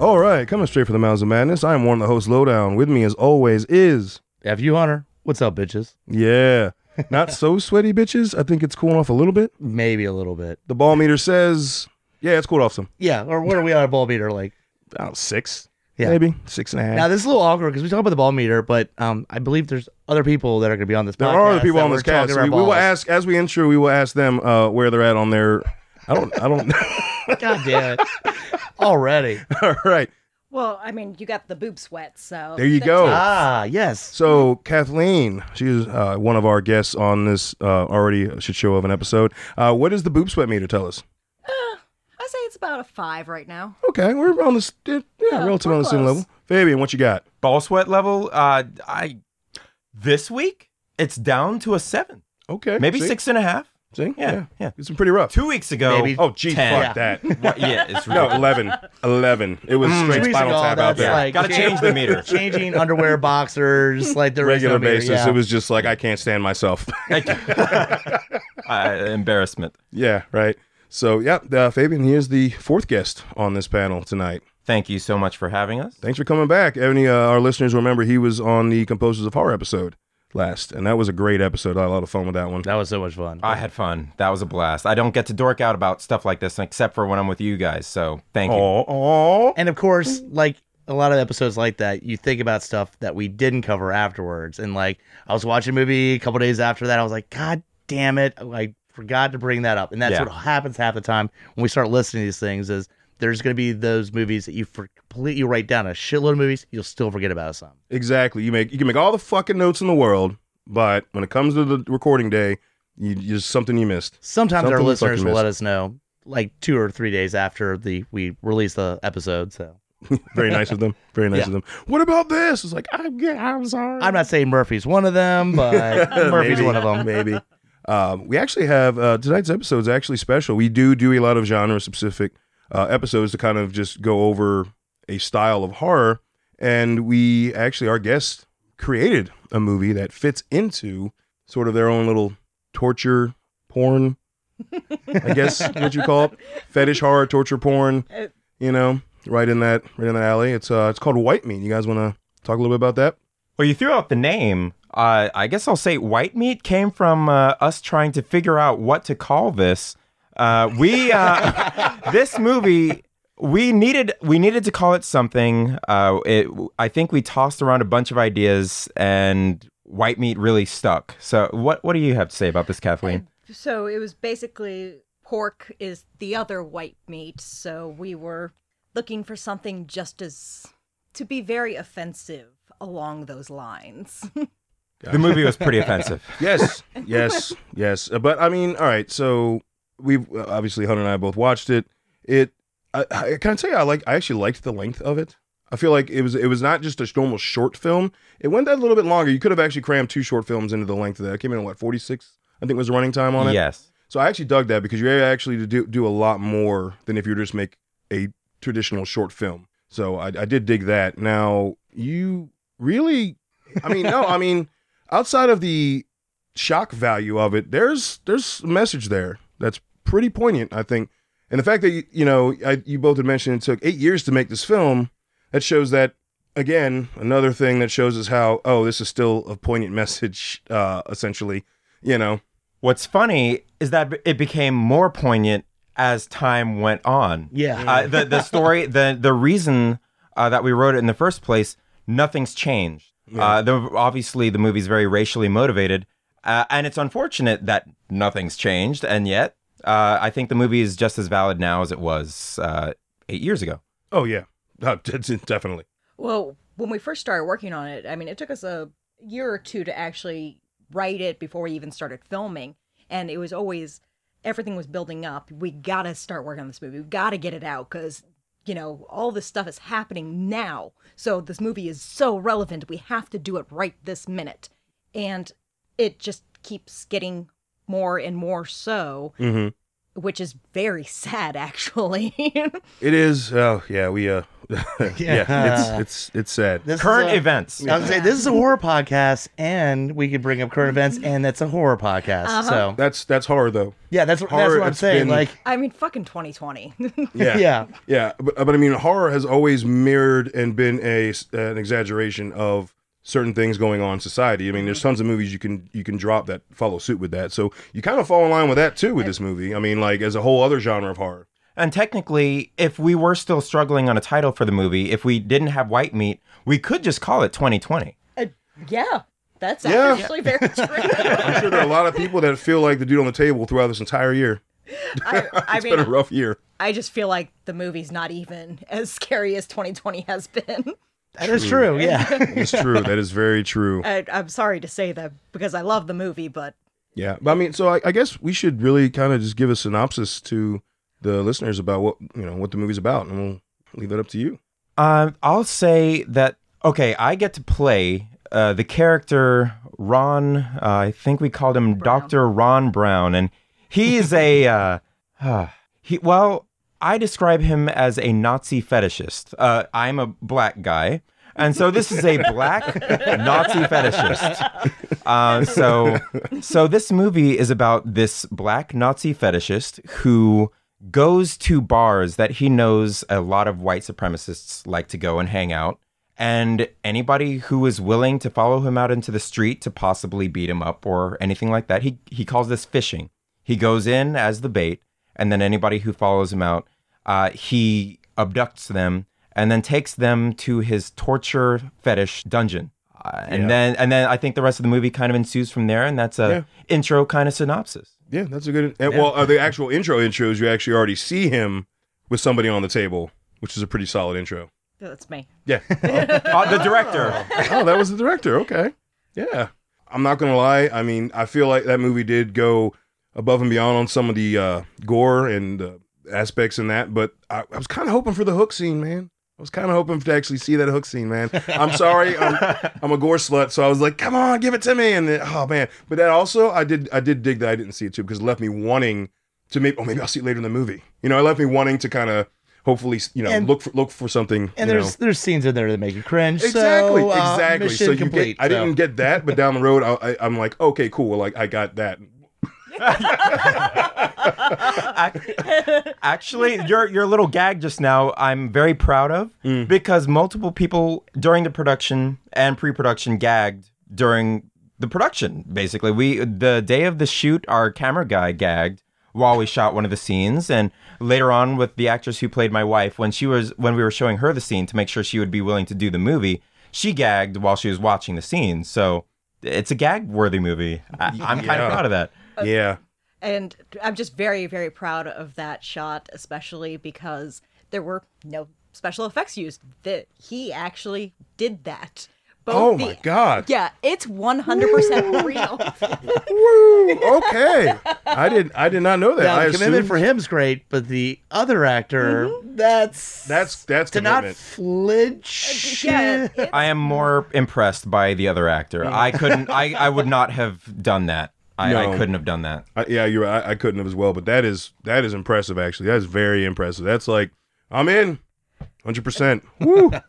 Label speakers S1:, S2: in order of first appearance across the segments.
S1: All right, coming straight from the Mouths of Madness, I am one of the hosts, Lowdown. With me, as always, is.
S2: Have you, Hunter? What's up, bitches?
S1: Yeah. Not so sweaty, bitches. I think it's cooling off a little bit.
S2: Maybe a little bit.
S1: The ball meter says, yeah, it's cooled off some.
S2: Yeah, or what are we on a ball meter like?
S1: I don't know, six.
S2: Yeah.
S1: Maybe six and a half.
S2: Now this is a little awkward because we talk about the ball meter, but um, I believe there's other people that are going to be on this.
S1: There
S2: podcast
S1: are other people
S2: that
S1: on
S2: we're
S1: this
S2: talking
S1: cast.
S2: about
S1: We, we will
S2: balls.
S1: ask as we intro. We will ask them uh, where they're at on their. I don't. I don't.
S2: God damn it! Already.
S1: all right.
S3: Well, I mean, you got the boob sweat, so
S1: There you
S3: that
S1: go.
S3: takes-
S2: Ah, yes.
S1: So Kathleen, she's uh, one of our guests on this uh, already shit show of an episode. Uh, what is the boob sweat meter tell us?
S3: I say it's about a five right now.
S1: Okay, we're on this. Yeah,
S3: Yeah,
S1: relative
S3: we're
S1: on the same
S3: close.
S1: level. Fabian, what you got?
S4: ball sweat level uh i this week it's down to a seven
S1: Okay,
S4: maybe
S1: see?
S4: six and a half
S1: See?
S4: yeah,
S1: Yeah,
S4: yeah.
S1: it's been pretty rough.
S4: two weeks ago
S2: Maybe-
S1: Oh, gee,
S4: Ten.
S1: fuck that.
S4: what- yeah it's
S1: No,
S4: ridiculous.
S1: eleven. Eleven. It was
S4: Mm.
S1: straight
S2: Two weeks
S1: spinal
S2: ago,
S1: tap out
S2: that's
S1: there.
S2: like-
S4: gotta change the meter
S2: Changing underwear, boxers, like the
S1: Regular
S2: meter,
S1: basis.
S2: yeah.
S1: It was just like I can't stand myself.
S4: Thank you. uh, embarrassment
S1: Yeah, right. So, yeah, uh, Fabian, he is the fourth guest on this panel tonight.
S4: thank you so much for having us
S1: Thanks for coming back. Any uh, our listeners remember he was on the Composers of Horror episode last, and that was a great episode. I had a lot of fun with that one.
S2: That was so much fun.
S4: i had fun that was a blast i don't get to dork out about stuff like this except for when i'm with you guys so thank you
S1: Aw, aw.
S2: and of course, like a lot of episodes like that, you think about stuff that we didn't cover afterwards. And like, I was watching a movie a couple days after that. I was like, God damn it. I forgot to bring that up. And that's
S4: Yeah.
S2: what happens half the time when we start listening to these things is there's going to be those movies that you for- completely write down a shitload of movies. You'll still forget about some.
S1: Exactly. You make you can make all the fucking notes in the world, but when it comes to the recording day, you, you just something you missed.
S2: Sometimes
S1: Something
S2: our
S1: we
S2: listeners
S1: fucking
S2: will let us know like two or three days after the we release the episode. So
S1: Very nice of them. Very nice
S2: Yeah.
S1: of them. What about this? It's like I'm yeah, I'm sorry.
S2: I'm not saying Murphy's one of them, but Murphy's
S1: Maybe.
S2: one of them.
S1: Maybe. Um, we actually have uh, tonight's episode is actually special. We do do a lot of genre specific uh, episodes to kind of just go over a style of horror, and we actually our guests created a movie that fits into sort of their own little torture porn. I guess what you call it, fetish horror, torture porn.
S3: Uh,
S1: You know, right in that right in that alley. It's uh, it's called White Meat. You guys want to talk a little bit about that?
S4: Well, you threw out the name. Uh, I guess I'll say white meat came from uh, us trying to figure out what to call this. Uh, we uh, this movie we needed we needed to call it something. Uh, it, I think we tossed around a bunch of ideas, and white meat really stuck. So, what what do you have to say about this, Kathleen?
S3: So it was basically pork is the other white meat, so we were looking for something just as to be very offensive along those lines.
S4: The movie was pretty offensive.
S1: Yes, yes, yes. Uh, But I mean, all right. So we've uh, obviously Hunter and I both watched it. It I, I can I tell you, I like. I actually liked the length of it. I feel like it was it was not just a normal short film. It went that little bit longer. You could have actually crammed two short films into the length of that. It came in at what forty six. I think was the running time on it.
S4: Yes.
S1: So I actually dug that because you're able actually to do do a lot more than if you were just make a traditional short film. So I, I did dig that. Now you really, I mean, no, I mean, outside of the shock value of it, there's there's a message there that's pretty poignant, I think. And the fact that you, you know I, you both had mentioned it took eight years to make this film, that shows that again another thing that shows us how oh this is still a poignant message uh, essentially, you know.
S4: What's funny is that it became more poignant as time went on.
S2: Yeah.
S4: Uh, the the story, the the reason uh, that we wrote it in the first place, nothing's changed. Uh, the, obviously, the movie's very racially motivated, uh, and it's unfortunate that nothing's changed. And yet, uh, I think the movie is just as valid now as it was uh, eight years ago.
S1: Oh yeah, oh, d- d- definitely.
S3: Well, when we first started working on it, I mean, it took us a year or two to actually write it before we even started filming. And it was always everything was building up. We got to start working on this movie. We got to get it out because, you know, all this stuff is happening now. So this movie is so relevant. We have to do it right this minute. And it just keeps getting more and more so,
S1: Mm-hmm.
S3: which is very sad, actually.
S1: It is. Oh yeah, we. Uh, yeah.
S2: Yeah.
S1: it's it's it's sad.
S2: This is
S4: Current
S2: a-
S4: events.
S2: I was saying this is a horror podcast, and we could bring up current events, and that's a horror podcast. So
S1: That's that's horror though.
S2: yeah, that's, what- that's
S1: Horror,
S2: what I'm
S1: it's
S2: saying.
S1: been-
S2: Like
S3: I mean, fucking 2020.
S1: Yeah.
S2: yeah,
S1: Yeah, but, but I mean, horror has always mirrored and been a an exaggeration of certain things going on in society. I mean,
S2: Mm-hmm.
S1: there's tons of movies you can you can drop that follow suit with that. So you kind of fall in line with that too with this movie. I mean, like as a whole other genre of horror.
S4: And technically, if we were still struggling on a title for the movie, if we didn't have white meat, we could just call it 2020.
S3: Uh, yeah, that's
S1: Yeah.
S3: actually very true.
S1: I'm sure there are a lot of people that feel like the dude on the table throughout this entire year.
S3: I, I
S1: It's been a
S3: mean,
S1: rough year.
S3: I just feel like the movie's not even as scary as 2020 has been.
S2: that is true. Yeah,
S1: It's true. That is very true.
S3: I, I'm sorry to say that because I love the movie, but
S1: Yeah, but I mean, so I, I guess we should really kind of just give a synopsis to the listeners about what you know what the movie's about, and we'll leave that up to you.
S4: Um, I'll say that okay. I get to play uh, the character Ron. Uh, I think we called him
S3: Brown.
S4: Doctor Ron Brown, and he is a uh, uh, he. Well, I describe him as a Nazi fetishist. Uh, I'm a black guy, and so this is a black Nazi fetishist. Uh, so, so this movie is about this black Nazi fetishist who goes to bars that he knows a lot of white supremacists like to go and hang out. And anybody who is willing to follow him out into the street to possibly beat him up or anything like that, he, he calls this fishing. He goes in as the bait, and then anybody who follows him out, uh, he abducts them and then takes them to his torture fetish dungeon. Uh, and
S1: Yeah.
S4: then and then I think the rest of the movie kind of ensues from there, and that's a intro kind of synopsis.
S1: Yeah, that's a good. And, Well, uh, the actual intro intros you actually already see him with somebody on the table, which is a pretty solid intro.
S3: that's me.
S1: Yeah.
S4: Uh, the director.
S1: oh, that was the director. Okay. Yeah. I'm not gonna lie. I mean, I feel like that movie did go above and beyond on some of the uh, gore and uh, aspects in that, but I, I was kind of hoping for the hook scene, man. I was kind of hoping to actually see that hook scene, man. I'm sorry, I'm, I'm a gore slut, so I was like, "Come on, give it to me!" And then, oh man, but that also, I did, I did dig that I didn't see it too because it left me wanting to maybe, oh, maybe I'll see it later in the movie. You know, it left me wanting to kind of, hopefully, you know,
S2: And-
S1: look for look for something.
S2: and
S1: you know.
S2: there's there's scenes in there that make you cringe.
S1: Exactly,
S2: so, uh,
S1: exactly.
S2: Mission
S1: So you
S2: complete.
S1: get, I
S2: so.
S1: didn't get that, but down the road, I, I, I'm like, okay, cool. Like I got that.
S4: Ac- Actually, your your little gag just now, I'm very proud of because multiple people during the production and pre-production gagged during the production. Basically, we the day of the shoot, our camera guy gagged while we shot one of the scenes, and later on with the actress who played my wife when she was when we were showing her the scene to make sure she would be willing to do the movie, she gagged while she was watching the scene. So it's a gag-worthy movie. I, I'm kind
S1: Yeah.
S4: of proud of that.
S3: Uh,
S1: Yeah,
S3: And I'm just very, very proud of that shot, especially because there were no special effects used. That he actually did that. Both
S1: Oh
S3: the-
S1: my God.
S3: Yeah, it's 100% real.
S1: Woo. Okay. I did. I did not know that.
S2: Now,
S1: I
S2: the commitment
S1: assumed-
S2: for him's great, but the other actor, that's
S1: That's- that's
S2: to not
S1: commitment.
S2: flinch.
S3: Uh, Yeah, it-
S4: I am more impressed by the other actor. I couldn't. I, I would not have done that. I,
S1: No.
S4: I couldn't have done that.
S1: I, yeah, you're. right. I, I couldn't have as well. But that is that is impressive. Actually, that is very impressive. That's like I'm in, hundred percent. Woo. God,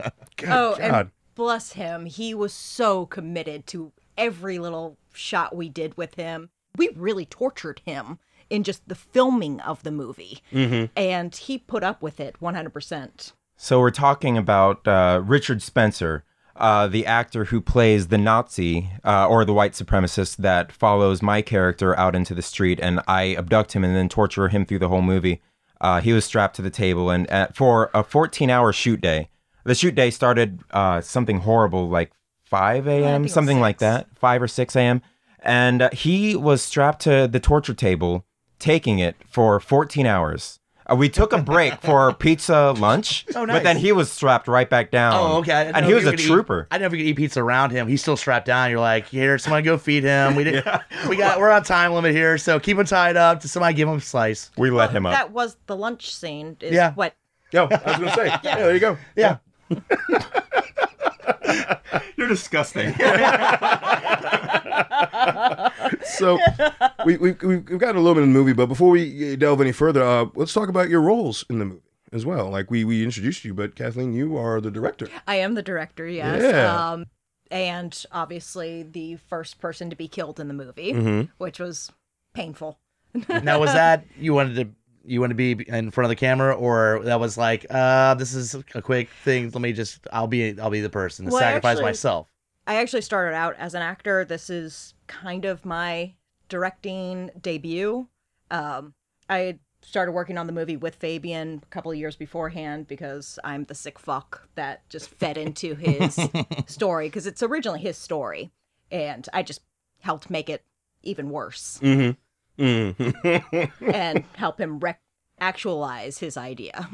S3: Oh,
S1: God.
S3: and bless him. He was so committed to every little shot we did with him. We really tortured him in just the filming of the movie. And he put up with it 100%.
S4: So we're talking about uh, Richard Spencer, uh, the actor who plays the Nazi uh, or the white supremacist that follows my character out into the street, and I abduct him and then torture him through the whole movie. Uh, he was strapped to the table, and at, for a 14-hour shoot day, the shoot day started uh, something horrible, like 5
S3: think it
S4: a.m.,
S3: was
S4: something like
S3: six.
S4: that, 5 or 6 a.m. And uh, he was strapped to the torture table, taking it for 14 hours. Uh, we took a break for pizza lunch,
S2: Oh,
S4: but then
S2: nice.
S4: he was strapped right back down.
S2: Oh, okay. I didn't
S4: Um, And
S2: know
S4: he
S2: if
S4: was
S2: you
S4: a
S2: could eat-
S4: trooper.
S2: I didn't know if you could eat pizza around him. He's still strapped down. You're like, here, somebody go feed him. We didn't. We got. We're on time limit here, so keep him tied up. To somebody give him a slice.
S4: We let him up.
S3: That was the lunch scene. Is
S2: Yeah.
S3: What?
S1: Yo, I was gonna say. yeah. there you go.
S2: Yeah.
S4: You're disgusting.
S1: So we, we we've we've gotten a little bit in the movie, but before we delve any further, uh, let's talk about your roles in the movie as well. Like we we introduced you, but Kathleen, you are the director.
S3: I am the director. Yes.
S1: Yeah.
S3: Um, and obviously the first person to be killed in the movie, which was painful.
S2: Now was that you wanted to you want to be in front of the camera, or that was like, uh, this is a quick thing. Let me just. I'll be. I'll be the person to
S3: Well,
S2: sacrifice
S3: actually-
S2: myself.
S3: I actually started out as an actor. This is kind of my directing debut. Um, I had started working on the movie with Fabian a couple of years beforehand because I'm the sick fuck that just fed into his story because it's originally his story, and I just helped make it even worse
S1: Mm-hmm. Mm-hmm.
S3: and help him rec- actualize his idea.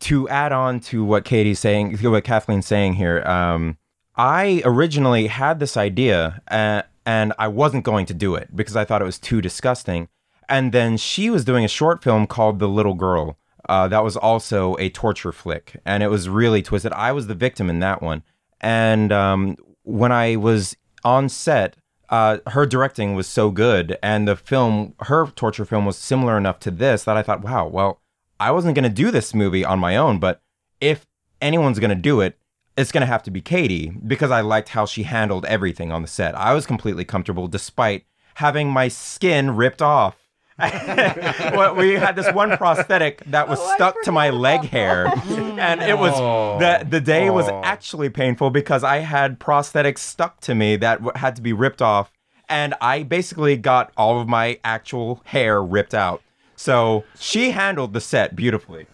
S4: to add on to what Katie's saying, to what Kathleen's saying here, um, I originally had this idea uh, and I wasn't going to do it because I thought it was too disgusting. And then she was doing a short film called The Little Girl. Uh, that was also a torture flick and it was really twisted. I was the victim in that one. And um, when I was on set, uh, her directing was so good, and the film, her torture film, was similar enough to this that I thought, wow, well, I wasn't going to do this movie on my own, but if anyone's going to do it, it's going to have to be Katie because I liked how she handled everything on the set. I was completely comfortable despite having my skin ripped off. Well, we had this one prosthetic that was
S3: Oh, I
S4: stuck to my
S3: forgot
S4: leg
S3: about
S4: hair, and it was
S1: Oh.
S4: the the day was
S1: Oh.
S4: actually painful because I had prosthetics stuck to me that w- had to be ripped off, and I basically got all of my actual hair ripped out. So she handled the set beautifully.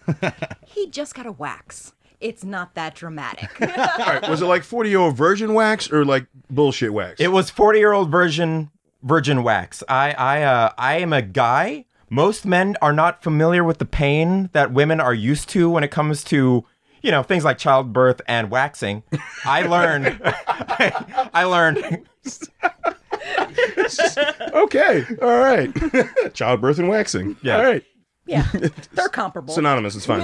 S3: he just got a wax. It's not that dramatic.
S1: All right. Was it like forty year old virgin wax or like bullshit wax?
S4: It was forty year old version virgin wax. I I uh, I am a guy. Most men are not familiar with the pain that women are used to when it comes to you know things like childbirth and waxing. I learned. I learned.
S1: okay. All right. Childbirth and waxing.
S4: Yeah.
S1: All right.
S3: yeah, they're comparable.
S1: Synonymous. It's fine.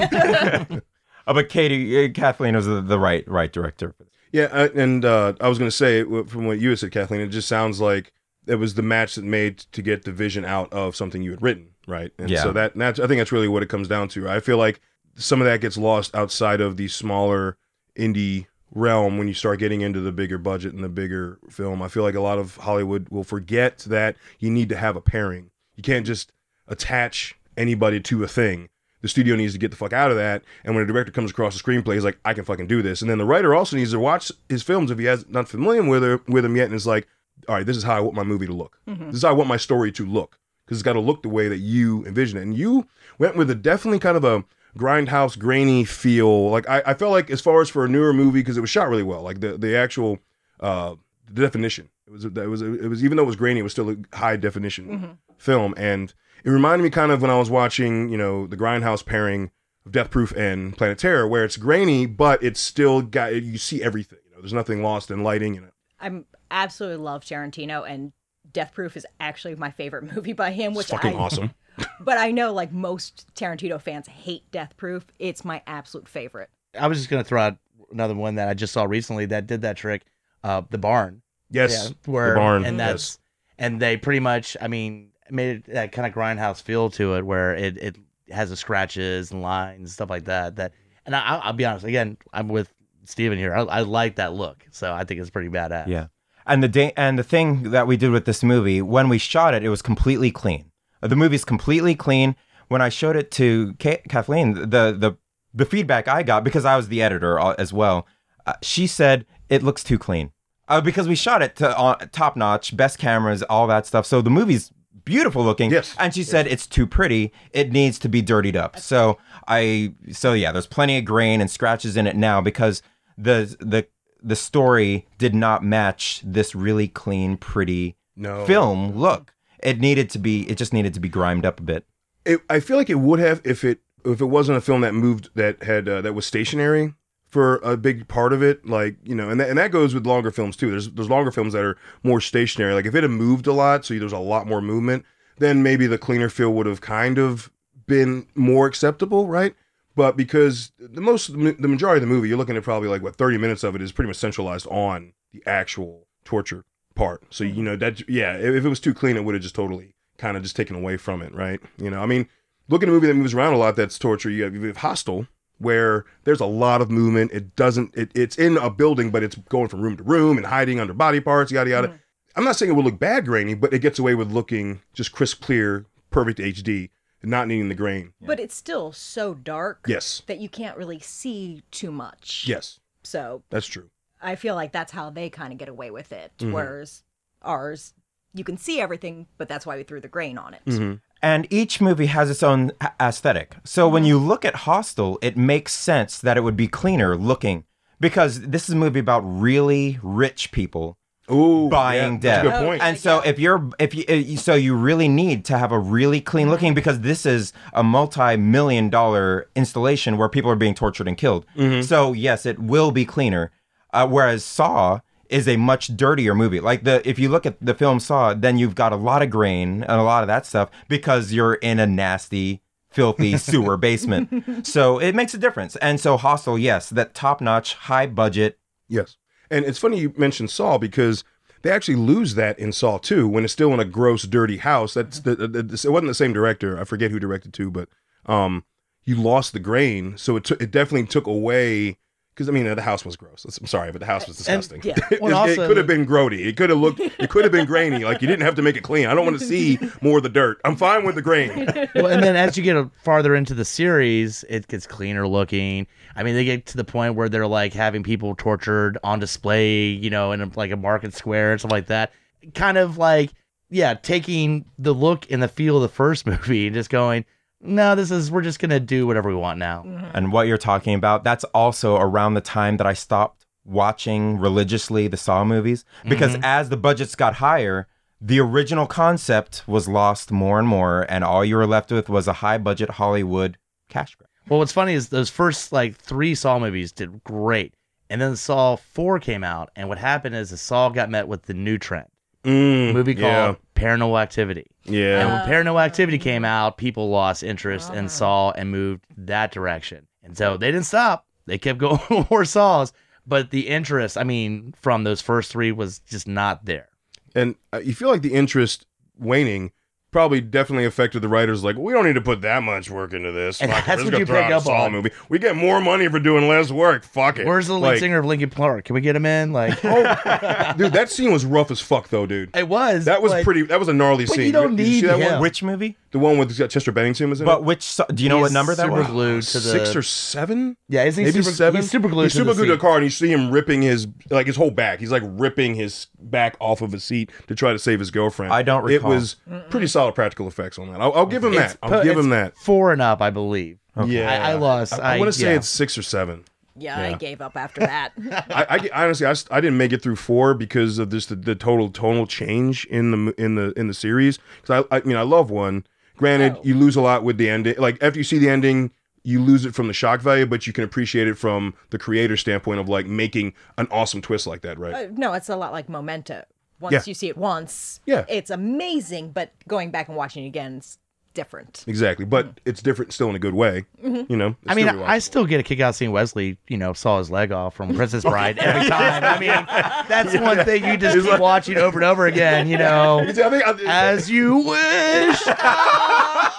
S4: Uh, but Katie uh, Kathleen was the, the right right director.
S1: Yeah, I, and uh, I was going to say w- from what you had said, Kathleen, it just sounds like it was the match that made to get the vision out of something you had written, right? And
S4: Yeah.
S1: so that that's, I think that's really what it comes down to. I feel like some of that gets lost outside of the smaller indie realm when you start getting into the bigger budget and the bigger film. I feel like a lot of Hollywood will forget that you need to have a pairing. You can't just attach anybody to a thing. The studio needs to get the fuck out of that. And when a director comes across a screenplay, he's like, I can fucking do this. And then the writer also needs to watch his films if he has not familiar with her, with him yet, and is like, all right, this is how I want my movie to look. This is how I want my story to look because it's got to look the way that you envision it. And you went with a definitely kind of a grindhouse, grainy feel. Like I, I felt like as far as for a newer movie because it was shot really well. Like the the actual uh, the definition. It was it was it was even though it was grainy, it was still a high definition film, and it reminded me kind of when I was watching, you know, the Grindhouse pairing of Death Proof and Planet Terror, where it's grainy, but it's still got you see everything. You know, there's nothing lost in lighting and
S3: I'm absolutely love Tarantino and Death Proof is actually my favorite movie by him,
S1: it's
S3: which
S1: fucking
S3: I
S1: awesome.
S3: but I know like most Tarantino fans hate Death Proof. It's my absolute favorite.
S2: I was just gonna throw out another one that I just saw recently that did that trick. Uh, the barn.
S1: Yes,
S2: yeah, where
S1: the barn.
S2: and that's and they pretty much i mean made it that kind of grindhouse feel to it where it it has the scratches and lines and stuff like that that and I, i'll I'll be honest again i'm with steven here I, I like that look so i think it's pretty badass
S4: Yeah. And the day and the thing that we did with this movie, when we shot it, it was completely clean. The movie's completely clean. When I showed it to Ka- Kathleen, the the the feedback I got because I was the editor uh, as well, uh, she said it looks too clean. Uh, because we shot it to uh, top notch, best cameras, all that stuff. So the movie's beautiful looking.
S1: Yes.
S4: And she said it's too pretty. It needs to be dirtied up. So I so yeah, there's plenty of grain and scratches in it now because the the the story did not match this really clean, pretty
S1: No
S4: film look. It needed to be it just needed to be grimed up a bit.
S1: it, I feel like it would have if it if it wasn't a film that moved that had uh, that was stationary for a big part of it. Like you know, and that, and that goes with longer films too. There's there's longer films that are more stationary. Like if it had moved a lot, so there's a lot more movement, then maybe the cleaner feel would have kind of been more acceptable, right? But because the most the majority of the movie, you're looking at probably like what 30 minutes of it is pretty much centralized on the actual torture part. So you know that yeah, if if it was too clean, it would have just totally kind of just taken away from it, right? You know, I mean, look at a movie that moves around a lot that's torture. You have, you have Hostel, where there's a lot of movement. It doesn't. It, it's in a building, but it's going from room to room and hiding under body parts, yada yada.
S3: Mhm.
S1: I'm not saying it would look bad grainy, but it gets away with looking just crisp, clear, perfect HD, not needing the grain.
S3: But it's still so dark
S1: Yes,
S3: that you can't really see too much.
S1: yes,
S3: So
S1: that's true.
S3: I feel like that's how they kind of get away with it.
S1: Mhm.
S3: Whereas ours, you can see everything, but that's why we threw the grain on it.
S1: Mm-hmm.
S4: And each movie has its own a- aesthetic. So when you look at Hostel, it makes sense that it would be cleaner looking because this is a movie about really rich people
S1: Ooh,
S4: buying
S1: yeah,
S4: debt.
S1: That's a good point.
S4: And so if you're if you uh, so you really need to have a really clean looking because this is a multi-million dollar installation where people are being tortured and killed. So yes, it will be cleaner. Uh, whereas Saw is a much dirtier movie. Like the if you look at the film Saw, then you've got a lot of grain and a lot of that stuff because you're in a nasty filthy sewer basement. So it makes a difference. And so Hostel, yes, that top-notch high budget
S1: Yes. And it's funny you mentioned Saw because they actually lose that in Saw 2 when it's still in a gross, dirty house. That's the, the, the- it wasn't the same director. I forget who directed two, but um, you lost the grain, so it took it definitely took away. Because I mean, the house was gross. I'm sorry, but the house was disgusting.
S3: yeah.
S1: it,
S2: Well,
S1: it
S2: also-
S1: could have been grody. It could have looked. It could have been grainy. Like you didn't have to make it clean. I don't want to see more of the dirt. I'm fine with the grain.
S2: well, and then as you get farther into the series, it gets cleaner looking. I mean, they get to the point where they're like having people tortured on display, you know, in like a market square and stuff like that. Kind of like, yeah, taking the look and the feel of the first movie and just going, no, this is we're just gonna do whatever we want now.
S3: mm-hmm.
S4: and what you're talking about, that's also around the time that I stopped watching religiously the Saw movies because as the budgets got higher, the original concept was lost more and more, and all you were left with was a high budget Hollywood cash grab.
S2: Well, what's funny is those first like three Saw movies did great, and then Saw Four came out, and what happened is the Saw got met with the new trend, a
S1: Mm,
S2: movie called
S1: yeah,
S2: Paranormal Activity. And
S1: yeah.
S2: when Paranormal Activity came out, people lost interest
S3: Ah.
S2: and Saw and moved that direction. And so they didn't stop. They kept going more Saws, but the interest, I mean, from those first three was just not there.
S1: and uh, you feel like the interest waning probably definitely affected the writers like we don't need to put that much work into this
S2: And
S1: Fuck it,
S2: that's
S1: we're just
S2: what
S1: gonna
S2: you
S1: throw out
S2: pick
S1: a
S2: up
S1: Saw
S2: on.
S1: movie we get more money for doing less work fuck it
S2: Where's the lead
S1: Like,
S2: singer of Linkin Park? Can we get him in? Like,
S1: oh dude that scene was rough as fuck though dude
S2: it was.
S1: that was
S2: like,
S1: pretty that was a gnarly
S2: But
S1: scene
S2: you don't
S1: Did see
S2: need
S1: that one
S2: him. Yeah.
S4: Which movie?
S1: the one with uh, chester bennington was in
S4: But
S1: it
S4: which Saw- do you know
S2: he's
S4: what number that
S2: super
S4: was?
S2: Glued to the,
S1: six or seven
S2: yeah, isn't he
S1: maybe
S2: super,
S1: seven
S2: He's super glued
S1: he's
S2: to
S1: super
S2: the
S1: glued to a
S2: seat.
S1: car and you see him ripping his like his whole back he's like ripping his back off of his seat to try to save his girlfriend
S4: I don't
S1: it
S4: recall.
S1: was pretty solid practical effects on that i'll, I'll give him
S2: It's
S1: that i'll
S2: pu-
S1: give him
S2: it's
S1: that
S2: Four and up, I believe.
S1: Yeah,
S2: I, I lost.
S1: I, want to say
S2: yeah.
S1: it's six or seven.
S3: Yeah,
S1: Yeah.
S3: I gave up after that.
S1: I, I get- honestly, I, s- I didn't make it through four because of this the, the total tonal change in the m- in the in the series. Because I, I mean, I love one. Granted,
S3: Oh.
S1: you lose a lot with the ending. Like after you see the ending, you lose it from the shock value, but you can appreciate it from the creator standpoint of like making an awesome twist like that, right?
S2: Oh.
S3: Uh, no, it's a lot like Memento. Once
S1: Yeah.
S3: you see it once,
S1: Yeah.
S3: it's amazing, but going back and watching it again is different.
S1: Exactly, but it's different still in a good way. You know, It's
S2: Mm-hmm. I mean,
S1: still
S2: I
S1: rewatchable.
S2: still get a kick out seeing Wesley, you know, saw his leg off from Princess Bride every time. I mean, that's one thing you just keep watching over and over again, you know.
S1: It's- I think I-
S2: As you wish.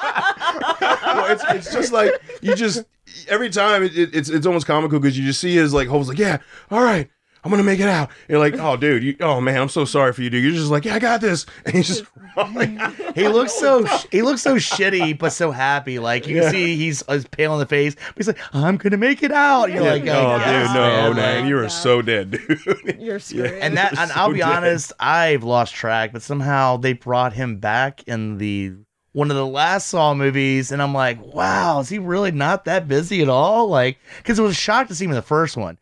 S1: well, it's, it's just like you just every time it, it, it's it's almost comical because you just see his like hopes like yeah all right I'm gonna make it out. And you're like, oh, dude, you, oh man, I'm so sorry for you, dude. You're just like, yeah, I got this, and he's just,
S2: He looks so sh- he looks so shitty, but so happy. Like you can see, he's, he's pale in the face. But he's like, "I'm gonna make it out." You're like, "Oh,
S1: oh,
S2: yes,
S1: dude, no,
S2: man."
S1: man, you are so dead, dude.
S3: You're screwed.
S2: And that, and I'll
S1: So
S2: be
S1: dead.
S2: honest, I've lost track, but somehow they brought him back in the one of the last Saw movies, and I'm like, wow, is he really not that busy at all? Like, because it was a shock to see him in the first one,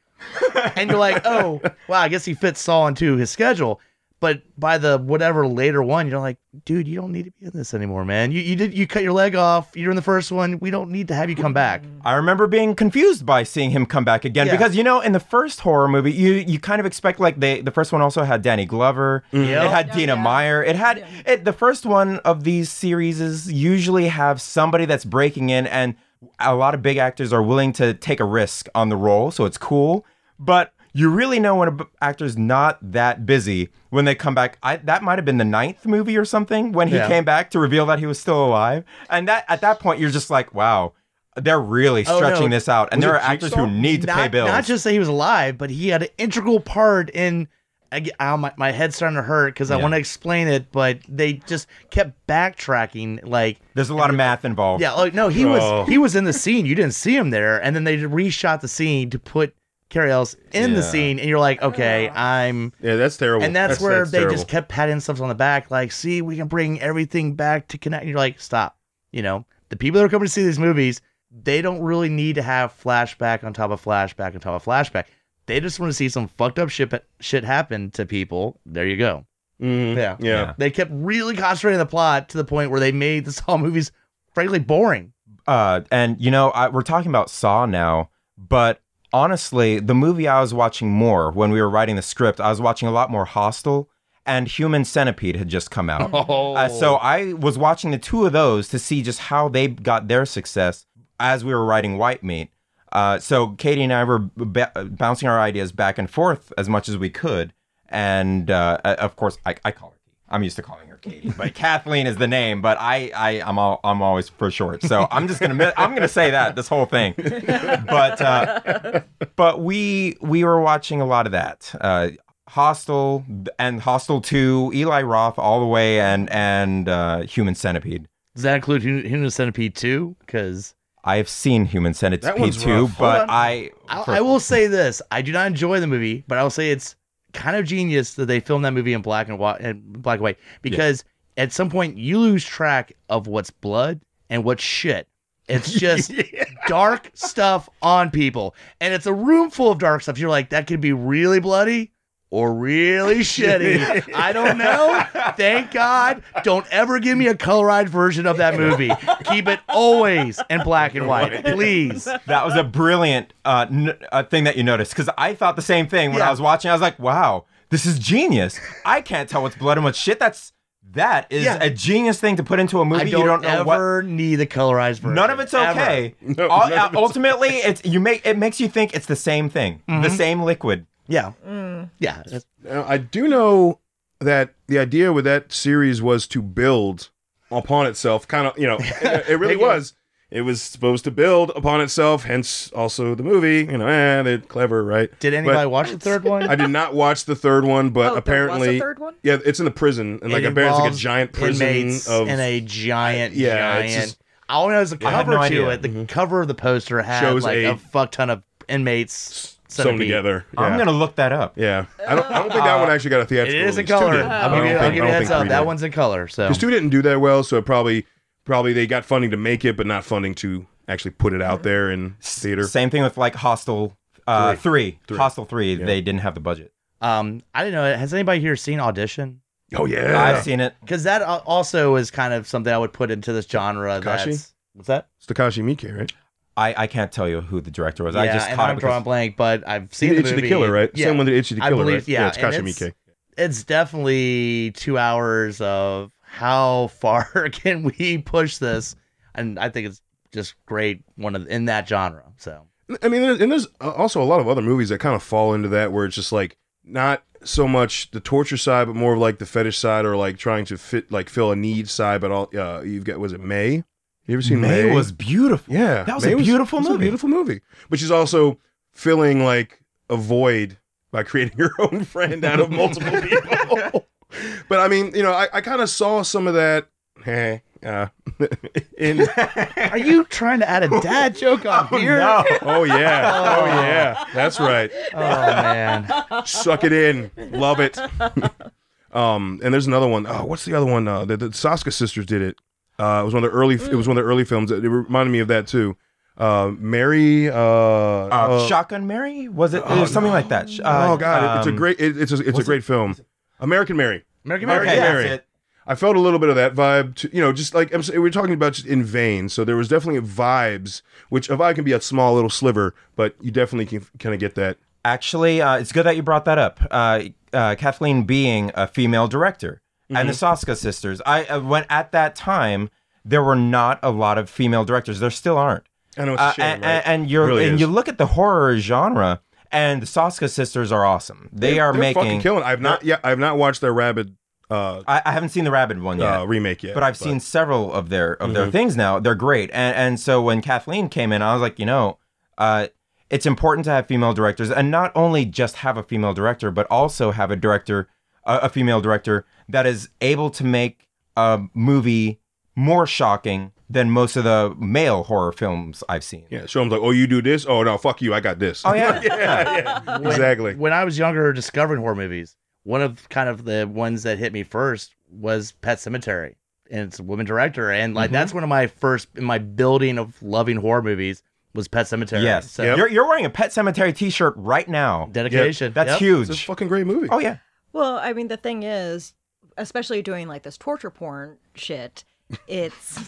S2: and you're like, oh, wow, I guess he fits Saw into his schedule. But by the whatever later one, you're like, dude, you don't need to be in this anymore, man. You you did you cut your leg off. You're in the first one. We don't need to have you come back.
S4: I remember being confused by seeing him come back again
S2: Yeah.
S4: because you know in the first horror movie you you kind of expect like they the first one also had Danny Glover,
S2: Yeah.
S4: it had
S3: Yeah,
S4: Dina
S3: yeah.
S4: Meyer, it had
S3: Yeah.
S4: it the first one of these series is usually have somebody that's breaking in and a lot of big actors are willing to take a risk on the role so it's cool, but you really know when an actor's not that busy when they come back. I, that might have been the ninth movie or something when he
S2: Yeah.
S4: came back to reveal that he was still alive, and that at that point you're just like, wow, they're really
S2: Oh, no.
S4: stretching this out, and
S1: Was
S4: there are
S1: it
S4: actors
S1: Jigsaw?
S4: who need to
S2: not,
S4: pay bills.
S2: Not just that he was alive, but he had an integral part in. I, get- ow, my, my head's starting to hurt because I
S4: Yeah.
S2: want to explain it, but they just kept backtracking. Like,
S4: There's a lot of math involved.
S2: yeah, like no, he
S1: Oh.
S2: was he was in the scene. You didn't see him there, and then they reshot the scene to put Carrie Ellis in the
S4: Yeah.
S2: scene, and you're like, okay,
S3: Oh.
S2: I'm.
S1: Yeah, that's terrible.
S2: And that's, where they
S1: terrible.
S2: just kept patting themselves on the back, like, see, we can bring everything back to connect. And you're like, stop. You know, the people that are coming to see these movies, they don't really need to have flashback on top of flashback on top of flashback. They just want to see some fucked up shit, shit happen to people. There you go.
S1: Mhm.
S2: Mm-hmm. Yeah.
S1: yeah.
S2: They kept really concentrating on the plot to the point where they made the Saw movies frankly boring.
S4: Uh, and you know, I, we're talking about Saw now, but honestly, the movie I was watching more when we were writing the script, I was watching a lot more Hostel and Human Centipede had just come out.
S2: Oh.
S4: Uh, so I was watching the two of those to see just how they got their success as we were writing White Meat. Uh, so Katie and I were b- b- bouncing our ideas back and forth as much as we could, and uh, uh, of course I, I call her. Katie. I'm used to calling her Katie, but Kathleen is the name. But I, I, I'm, all, I'm always for short. So I'm just gonna, mi- I'm gonna say that this whole thing. But, uh, but we, we were watching a lot of that. Uh, Hostel and Hostel Two, Eli Roth all the way, and and uh, Human Centipede.
S2: Does that include Human Human Centipede 2? Because
S4: I've seen Human
S1: That
S4: Centipede
S1: one's
S4: Two,
S1: rough.
S4: but
S2: Hold on.
S4: I,
S2: I,
S4: for-
S2: I will say this: I do not enjoy the movie, but I will say it's kind of genius that they filmed that movie in black and white, in black and white, because at some point you lose track of what's blood and what's shit. It's just dark stuff on people, and it's a room full of dark stuff. You're like, that could be really bloody or really shitty. I don't know. Thank God, don't ever give me a colorized version of that movie. Keep it always in black and white, please.
S4: that was a brilliant uh, n- uh, thing that you noticed because I thought the same thing when
S2: Yeah.
S4: I was watching. I was like, wow, this is genius. I can't tell what's blood and what's shit. That's that is
S2: Yeah.
S4: a genius thing to put into a movie.
S2: I
S4: you don't know what
S2: ever need the colorized version.
S4: None of it's
S2: Ever.
S4: okay.
S1: No,
S4: All-
S1: none of
S4: uh,
S1: it's-
S4: ultimately, it's you make it makes you think it's the same thing,
S2: Mm-hmm.
S4: the same liquid.
S2: Yeah. Yeah. That's-
S1: Now, Uh, I do know that the idea with that series was to build upon itself, kind of, you know, it, it really was. It was supposed to build upon itself, hence also the movie. You know, eh, they're clever, right?
S2: Did anybody watch the third one?
S1: I did not watch the third one, but
S3: Oh, there was a
S1: apparently,
S3: third one?
S1: Yeah, it's in the prison, and like
S2: It
S1: apparently, it's like a giant
S2: involves
S1: prison
S2: Inmates
S1: of
S2: in a giant,
S1: Yeah, it's
S2: giant.
S1: just-
S2: I only know there's a
S4: I had
S2: cover
S4: no
S2: to
S4: idea.
S2: it. The cover of the poster had
S1: Mm-hmm. Shows
S2: like a,
S1: a-
S2: fuck ton of inmates
S1: sewn
S2: centipede. Uh,
S1: together.
S4: I'm
S1: Yeah.
S4: gonna look that up.
S1: yeah. I don't. I don't think that one actually got a
S2: It
S1: theatrical.
S2: is in
S1: release. Two
S2: color.
S1: didn't.
S2: I'll
S1: I
S2: give
S1: don't
S2: you, I'll
S1: think-
S2: give you
S1: I
S2: a
S1: don't
S2: heads
S1: think
S2: up.
S1: three
S2: That
S1: did.
S2: one's in color. So
S1: Because two didn't do that well, so it probably probably they got funding to make it, but not funding to actually put it
S2: Mm-hmm.
S1: out there in theater.
S4: Same thing with like Hostel uh, three.
S1: Three.
S4: Hostel three. They didn't have the budget.
S2: um, I don't know. Has anybody here seen Audition?
S1: Oh yeah,
S4: I've seen it.
S2: Because that al- also is kind of something I would put into this genre. That's, what's that?
S1: it's Takashi Miike, right?
S4: I, I can't tell you who the director was. I
S2: yeah,
S4: just
S2: and
S4: caught
S2: I'm
S4: it.
S2: drawing a
S4: Because,
S2: blank, but I've
S1: He
S2: seen
S1: did
S2: the
S1: Itchy the
S2: movie.
S1: Killer, right?
S2: Yeah.
S1: Someone that Itchy the
S2: I
S1: Killer,
S2: believe-
S1: right?
S2: yeah,
S1: it's
S2: and
S1: Takashi
S2: it's-
S1: Miike.
S2: it's definitely two hours of how far can we push this, and I think it's just great one of in that genre. So
S1: I mean, and there's uh, also a lot of other movies that kind of fall into that, where it's just like not so much the torture side, but more of like the fetish side, or like trying to fit like fill a need side. But all uh, you've got was it May? You ever seen May?
S4: May was beautiful.
S1: yeah,
S4: That was
S1: May
S4: a beautiful
S1: was a
S4: movie.
S1: beautiful movie, but she's also filling like a void by creating her own friend out of multiple people. but I mean, you know, I, I kind of saw some of that. eh, uh, in
S2: are you trying to add a dad joke on
S4: Oh,
S2: here?
S4: no.
S1: oh yeah, oh yeah, that's right.
S2: Oh man,
S1: suck it in love it um and there's another one oh what's the other one uh the, the Saska sisters did it uh it was one of the early it was
S4: Mm.
S1: one of the early films it reminded me of that too uh mary uh,
S4: Uh,
S1: uh,
S4: Shotgun Mary was it?
S1: oh,
S4: something like that. Sh-
S1: oh
S4: uh,
S1: god it- it's a
S4: um,
S1: great it, it's a, it's a
S4: what's
S1: great film American Mary.
S2: American
S1: American
S2: Mary.
S1: Mary.
S2: yeah.
S1: Mary. I felt a little bit of that vibe, to, you know, just like I'm, s- we were talking about just in vain. So there was definitely vibes, which a vibe can be a small little sliver, but you definitely can kind of get that.
S4: Actually, uh, it's good that you brought that up. Uh, uh, Kathleen being a female director and the
S1: Mm-hmm.
S4: Saska sisters. I uh, when at that time there were not a lot of female directors. There still aren't.
S1: I know it's
S4: Uh,
S1: a shame,
S4: and,
S1: right?
S4: and you're
S1: Really
S4: and
S1: is.
S4: you look at the horror genre, and the Saska sisters are awesome. They, are
S1: They're fucking
S4: making.
S1: killing. I've not yet. I've not watched their rabid uh,
S4: I, I haven't seen the Rabbit one yet.
S1: uh, remake yet,
S4: but Mm-hmm. I've seen several of their of their things now. They're great, and and so when Kathleen came in, I was like, you know, uh, it's important to have female directors, and not only just have a female director, but also have a director, a, a female director that is able to make a movie more shocking than most of the male horror films I've seen.
S1: Yeah, show them like, oh, you do this. Oh no, fuck you. I got this.
S4: Oh yeah,
S1: yeah,
S2: When-
S1: exactly.
S2: When I was younger, discovering horror movies, one of kind of the ones that hit me first was Pet Cemetery, and it's a woman director, and like
S4: Mhm.
S2: that's one of my first in my building of loving horror movies was Pet Cemetery.
S4: yes.
S2: so
S1: Yep.
S4: You're you're wearing a Pet Cemetery T-shirt right now.
S2: dedication.
S4: That's
S2: Yep.
S1: It's a
S4: huge.
S1: fucking great movie.
S4: Oh yeah.
S3: Well, I mean, the thing is, especially doing like this torture porn shit, it's.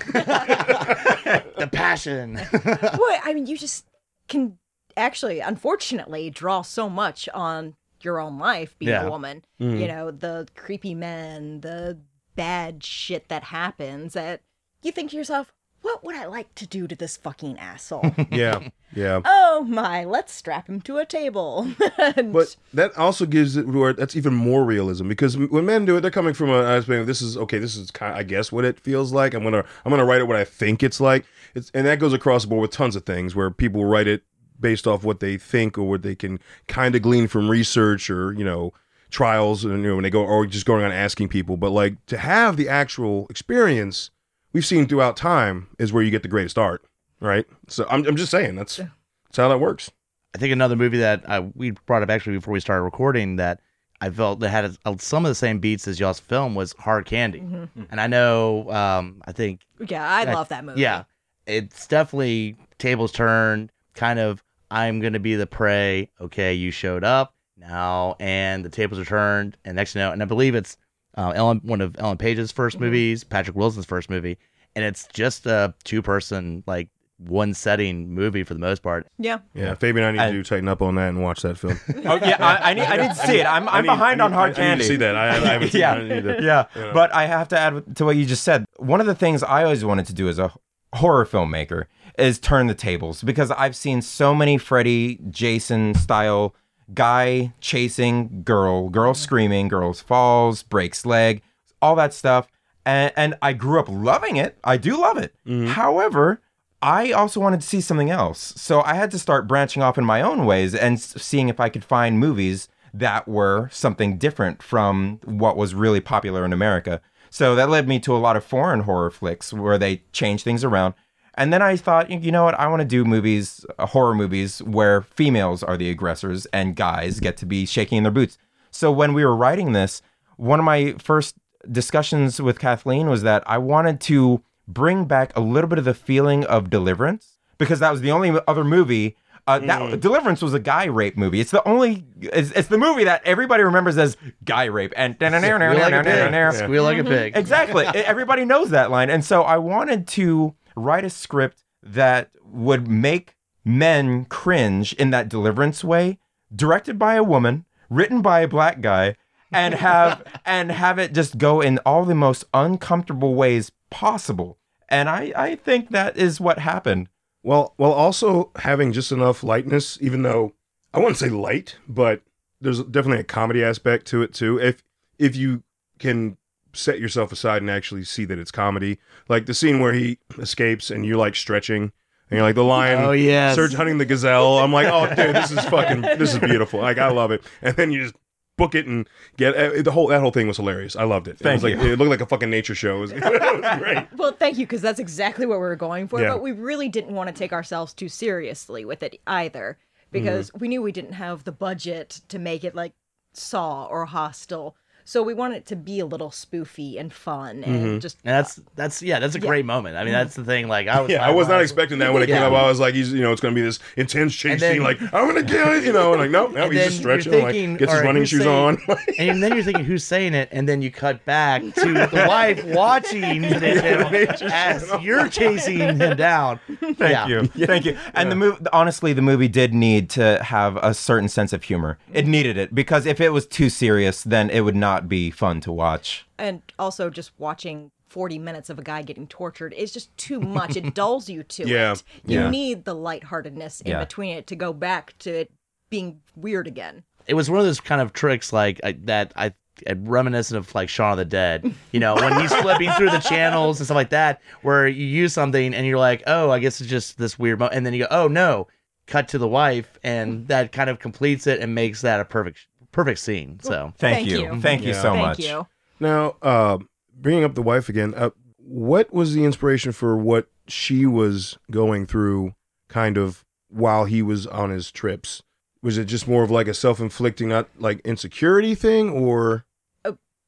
S2: The passion.
S3: well, I mean, you just can actually, unfortunately, draw so much on your own life being
S2: Yeah. Mm.
S3: a woman. You know, the creepy men, the bad shit that happens that you think to yourself, what would I like to do to this fucking asshole?
S1: yeah, yeah.
S3: oh my, let's strap him to a table. And-
S1: But that also gives it where that's even more realism because m- when men do it, they're coming from an aspect of this is okay. This is kind, I guess, what it feels like. I'm gonna I'm gonna write it what I think it's like. It's and that goes across the board with tons of things where people write it based off what they think or what they can kind of glean from research or you know trials and you know when they go or just going on asking people. But like to have the actual experience we've seen throughout time is where you get the greatest art, right? So I'm I'm just saying that's that's how that works.
S2: I think another movie that uh, we brought up actually before we started recording that I felt that had a, some of the same beats as y'all's film was Hard Candy,
S3: Mhm.
S2: and I know um, I think
S3: yeah, I
S2: I-
S3: love that movie.
S2: Yeah. Uh, It's definitely tables turned, kind of I'm gonna be the prey. Okay, you showed up now and the tables are turned and next you know, and I believe it's uh, Ellen one of Ellen Page's 1st
S3: Mhm.
S2: movies, Patrick Wilson's first movie, and it's just a two person, like one setting movie for the most part.
S3: Yeah.
S1: Yeah, Fabian, I need
S4: And-
S1: you to tighten up on that and watch that film.
S4: Oh yeah, I, I need I need to see it. I'm
S1: I
S4: I'm
S1: need-
S4: behind
S1: I
S4: on
S1: need-
S4: hard
S1: I- I need
S4: candy.
S1: to see that. I, I haven't seen
S4: Yeah.
S1: that either.
S4: yeah.
S1: Yeah.
S4: But I have to add to what you just said. One of the things I always wanted to do as a horror filmmaker is turn the tables because I've seen so many Freddy, Jason style guy chasing girl, girl screaming, girls falls, breaks leg, all that stuff. And, and I grew up loving it. I do love it.
S1: Mm-hmm.
S4: However, I also wanted to see something else. So I had to start branching off in my own ways and s- seeing if I could find movies that were something different from what was really popular in America. So that led me to a lot of foreign horror flicks where they change things around. And then I thought, you know what? I want to do movies, uh, horror movies, where females are the aggressors and guys get to be shaking in their boots. So when we were writing this, one of my first discussions with Kathleen was that I wanted to bring back a little bit of the feeling of Deliverance because that was the only other movie. Uh, that Deliverance was a guy rape movie. It's the only. It's, it's the movie that everybody remembers as guy rape and
S2: Squeal like a pig.
S1: Yeah.
S2: Squeal like a pig.
S4: Exactly. E- Everybody knows that line. And so I wanted to write a script that would make men cringe in that deliverance way, directed by a woman, written by a black guy, and have and have it just go in all the most uncomfortable ways possible. And I, I think that is what happened.
S1: Well, while also having just enough lightness, even though I wouldn't say light, but there's definitely a comedy aspect to it too. If if you can set yourself aside and actually see that it's comedy, like the scene where he escapes and you're like stretching and you're like the lion
S2: Oh yeah.
S1: Surge hunting the gazelle. I'm like, oh, dude, this is fucking, this is beautiful. Like, I love it. And then you just book it and get eh, the whole. That whole thing was hilarious. I loved it.
S4: Thank
S1: it was
S4: you.
S1: Like, it looked like a fucking nature show. It was, it was great.
S3: Well, thank you, because that's exactly what we were going for.
S1: Yeah.
S3: But we really didn't want to take ourselves too seriously with it either, because we knew we didn't have the budget to make it like Saw or Hostel. So we want it to be a little spoofy and fun and just
S2: And that's that's yeah, that's a great moment. I mean, that's the thing. Like I was,
S1: Mm-hmm. Yeah, I was not
S2: like-
S1: expecting that when it
S2: Yeah.
S1: came up. I was like, he's, you know, it's going to be this intense chase
S2: And then-
S1: scene. Like, I'm going to kill it, you know. And like, nope, no,
S2: And
S1: he's
S2: then
S1: just
S2: you're
S1: stretching. Like,
S2: thinking,
S1: gets
S2: all
S1: his
S2: right,
S1: running
S2: who's
S1: shoes
S2: saying-
S1: on.
S2: and then you're thinking who's saying it, and then you cut back to the wife watching this as you're chasing him down.
S4: Thank
S2: Yeah.
S4: you. Thank you. And the movie, honestly, the movie did need to have a certain sense of humor. It needed it because if it was too serious, then it would not be fun to watch.
S3: and also just watching 40 minutes of a guy getting tortured is just too much. It dulls you to
S1: Yeah.
S3: it. You
S4: Yeah.
S3: need the lightheartedness in
S4: Yeah.
S3: between it to go back to it being weird again.
S2: It was one of those kind of tricks like I, that I reminiscent of like Shaun of the Dead. You know, when he's flipping through the channels and stuff like that, where you use something and you're like, oh, I guess it's just this weird moment, and then you go, oh no, cut to the wife, and that kind of completes it and makes that a perfect perfect scene. So.
S3: Thank
S4: Thank, you.
S3: you.
S4: Thank you
S1: Yeah.
S4: so
S3: Thank
S4: much.
S3: you.
S1: Now, uh, bringing up the wife again, uh, what was the inspiration for what she was going through kind of while he was on his trips? Was it just more of like a self inflicting, not like insecurity thing or?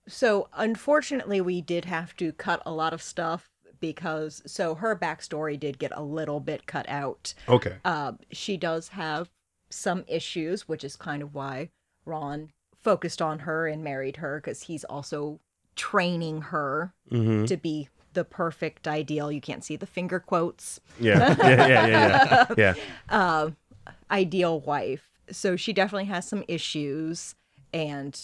S3: So, unfortunately, we did have to cut a lot of stuff because so her backstory did get a little bit cut out.
S1: Okay.
S3: Uh, she does have some issues, which is kind of why Ron focused on her and married her because he's also training her
S1: Mm-hmm.
S3: to be the perfect ideal. You can't see the finger quotes.
S1: Yeah. yeah. Yeah. Yeah. Yeah. Yeah.
S3: Um, ideal wife. So she definitely has some issues, and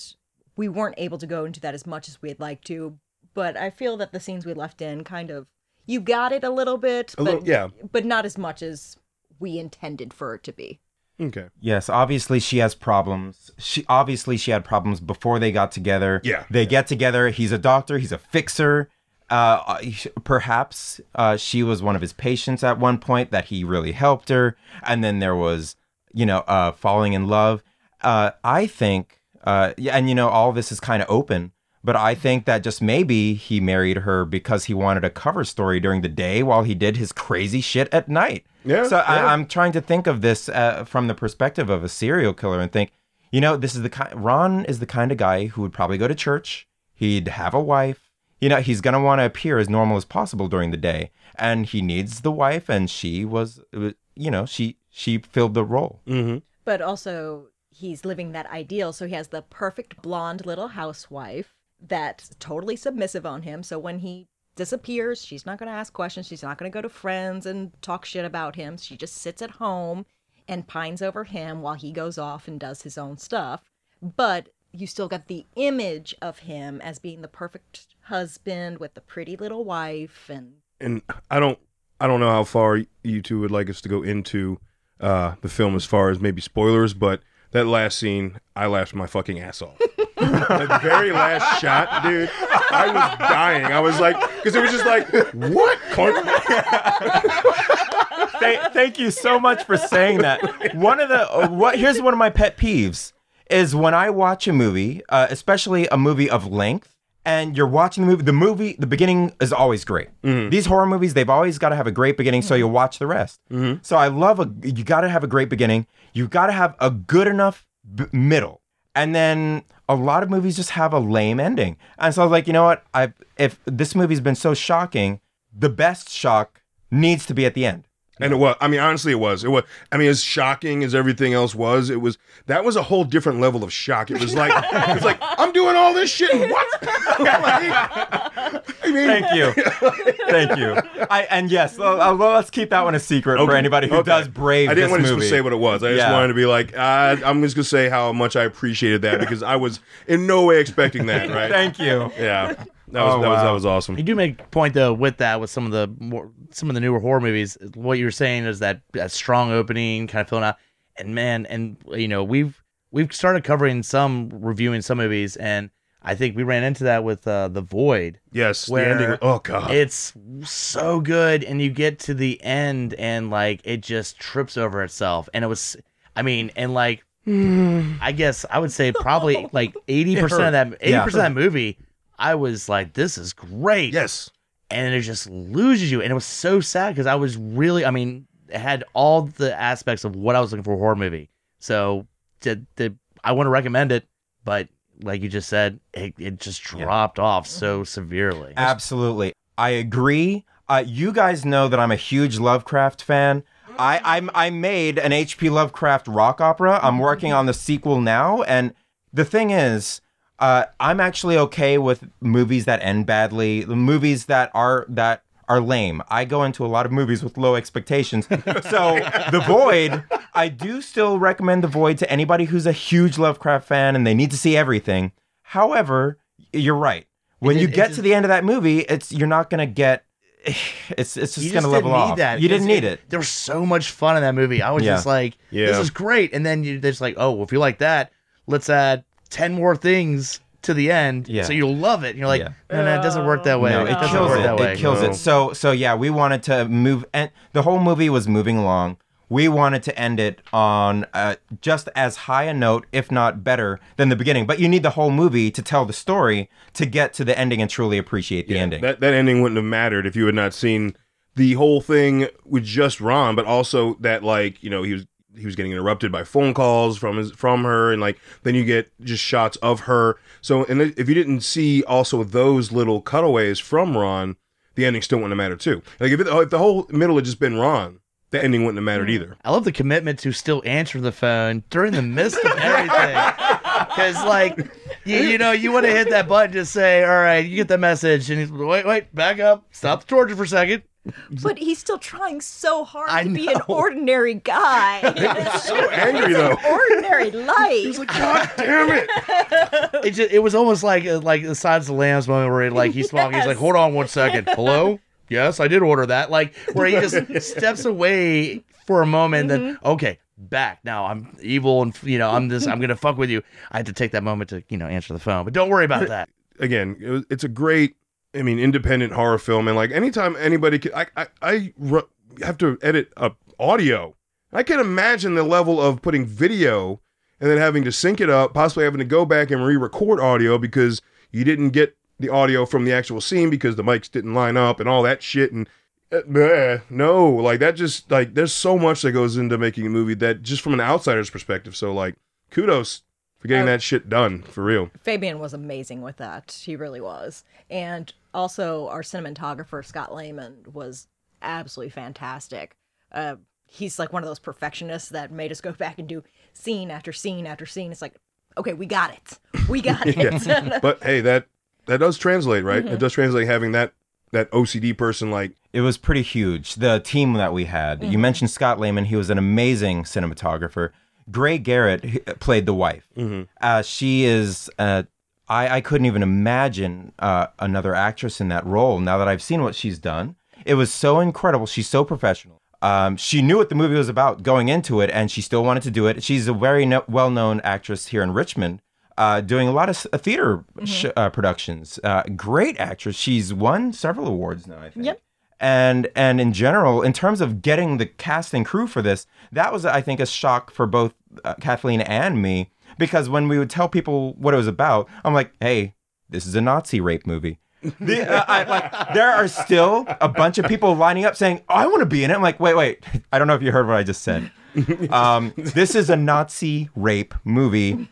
S3: we weren't able to go into that as much as we'd like to. But I feel that the scenes we left in kind of you got it a little bit,
S1: A
S3: but
S1: little, yeah.
S3: but not as much as we intended for it to be.
S1: Okay.
S4: Yes, obviously she has problems. She obviously she had problems before they got together.
S1: Yeah.
S4: they get together. He's a doctor. He's a fixer. Uh, uh, perhaps uh, she was one of his patients at one point that he really helped her, and then there was you know uh, falling in love. Uh, I think, uh, yeah, and you know all this is kind of open. But I think that just maybe he married her because he wanted a cover story during the day while he did his crazy shit at night.
S1: Yeah,
S4: So I,
S1: yeah.
S4: I'm trying to think of this uh, from the perspective of a serial killer and think, you know, this is the kind. Ron is the kind of guy who would probably go to church. He'd have a wife. You know, he's gonna want to appear as normal as possible during the day, and he needs the wife, and she was, uh, you know, she she filled the role.
S1: Mm-hmm.
S3: But also he's living that ideal, so he has the perfect blonde little housewife that's totally submissive on him. So when he disappears, she's not going to ask questions. She's not going to go to friends and talk shit about him. She just sits at home and pines over him while he goes off and does his own stuff. But you still got the image of him as being the perfect husband with the pretty little wife and
S1: and I don't I don't know how far you two would like us to go into uh, the film as far as maybe spoilers, but that last scene, I laughed my fucking ass off. the very last shot, dude, I was dying. I was like, because it was just like, what? Clark-
S4: Th- thank you so much for saying that. One of the uh, what here's one of my pet peeves is when I watch a movie, uh, especially a movie of length, and you're watching the movie. The movie, the beginning is always great. These horror movies, they've always got to have a great beginning, so you watch the rest. So I love a you got to have a great beginning. You got to have a good enough b- middle, and then a lot of movies just have a lame ending. And so I was like, you know what? I if this movie's been so shocking, the best shock needs to be at the end.
S1: And it was. I mean, honestly, it was. It was. I mean, as shocking as everything else was, it was. That was a whole different level of shock. It was like, it's like I'm doing all this shit. and What? Like, I mean,
S4: Thank you. Thank you. I, and yes, l- l- let's keep that one a secret for anybody who
S1: Okay.
S4: does brave
S1: I didn't
S4: this
S1: want
S4: movie.
S1: to say what it was. I just
S4: Yeah.
S1: wanted to be like, uh, I'm just gonna say how much I appreciated that because I was in no way expecting that. Right?
S4: Thank you.
S1: yeah. That was,
S4: Oh,
S1: that was
S4: wow.
S1: that was awesome.
S2: You do make a point though with that with some of the more some of the newer horror movies. What you were saying is that that strong opening kind of filling out, and man, and you know we've we've started covering some reviewing some movies, and I think we ran into that with uh, the Void.
S1: Yes.
S2: Where
S1: the ending. Oh god.
S2: It's so good, and you get to the end, and like it just trips over itself, and it was, I mean, and like I guess I would say probably like eighty percent of that eighty
S4: Yeah.
S2: percent of that movie. I was like, this is great
S1: yes.
S2: and it just loses you. And it was so sad because I was really, I mean, it had all the aspects of what I was looking for a horror movie. So to, to, I want to recommend it, but like you just said, it, it just dropped off so severely.
S4: Absolutely. I agree. Uh, you guys know that I'm a huge Lovecraft fan. I, I'm I made an H.P. Lovecraft rock opera. I'm working on the sequel now, and the thing is, uh, I'm actually okay with movies that end badly, the movies that are that are lame. I go into a lot of movies with low expectations. so The Void, I do still recommend The Void to anybody who's a huge Lovecraft fan and they need to see everything. However, you're right. When
S2: It
S4: you
S2: did- it
S4: get to
S2: did-
S4: the end of that movie, it's you're not gonna get. It's it's just
S2: You
S4: gonna level
S2: didn't need
S4: off.
S2: that.
S4: You didn't
S2: It's-
S4: need it.
S2: There was so much fun in that movie. I was
S4: Yeah.
S2: just like,
S1: Yeah.
S2: this is great. And then you're just like, oh, well, if you like that, let's add 10 more things to the end.
S4: Yeah.
S2: So you'll love it. And you're like,
S4: Yeah.
S2: no, no, it doesn't work that way.
S4: No,
S2: it,
S4: it
S2: doesn't
S4: kills
S2: work that
S4: it.
S2: way.
S4: It kills
S1: No.
S4: it. So so yeah, we wanted to move, and the whole movie was moving along. We wanted to end it on uh, just as high a note, if not better, than the beginning. But you need the whole movie to tell the story to get to the ending and truly appreciate the ending.
S1: That that ending wouldn't have mattered if you had not seen the whole thing with just Ron, but also that like you know he was he was getting interrupted by phone calls from his from her, and like then you get just shots of her. So and if you didn't see also those little cutaways from Ron, the ending still wouldn't have mattered too. Like if, it, if the whole middle had just been Ron, the ending wouldn't have mattered either.
S2: I love the commitment to still answer the phone during the midst of everything. Because, like, you, you know, you want to hit that button, just say, all right, you get the message. And he's, wait, wait, back up. Stop the torture for a second.
S3: But he's still trying so hard
S2: I
S3: to be an
S2: know.
S3: ordinary guy.
S1: So angry though.
S3: ordinary life.
S1: He's like, God damn it!
S2: It just, it was almost like uh, like the Signs of the Lambs moment where he, like he's talking, he's like,
S3: Yes.
S2: hold on one second, hello, yes, I did order that, like where he just steps away for a moment, then okay, back now, I'm evil and you know I'm this, I'm gonna fuck with you. I had to take that moment to you know answer the phone, but don't worry about that.
S1: again, it was- it's a great, I mean, independent horror film. And like anytime anybody can, I, I, I ru- have to edit up audio. I can imagine the level of putting video and then having to sync it up, possibly having to go back and re record audio because you didn't get the audio from the actual scene because the mics didn't line up and all that shit. And uh, bleh, no, like that just, like, there's so much that goes into making a movie that just from an outsider's perspective. So, like, kudos for getting
S3: Oh.
S1: that shit done for real.
S3: Fabian was amazing with that. He really was. And also, our cinematographer, Scott Lehman, was absolutely fantastic. Uh, he's like one of those perfectionists that made us go back and do scene after scene after scene. It's like, okay, we got it. We got it.
S1: but hey, that that does translate, right? It does translate having that that OCD person like
S4: It was pretty huge. The team that we had. You mentioned Scott Lehman. He was an amazing cinematographer. Gray Garrett h- played the wife. Uh, she is. Uh, I I couldn't even imagine uh, another actress in that role. Now that I've seen what she's done, it was so incredible. She's so professional. Um, she knew what the movie was about going into it, and she still wanted to do it. She's a very no- well-known actress here in Richmond, uh, doing a lot of s- uh, theater sh- uh, productions. Uh, great actress. She's won several awards now. I think
S3: Yep.
S4: and and in general in terms of getting the cast and crew for this that was i think a shock for both uh, kathleen and me because when we would tell people what it was about i'm like hey this is a nazi rape movie The- uh, I- like, there are still a bunch of people lining up saying oh, i want to be in it i'm like wait wait i don't know if you heard what i just said um, this is a nazi rape movie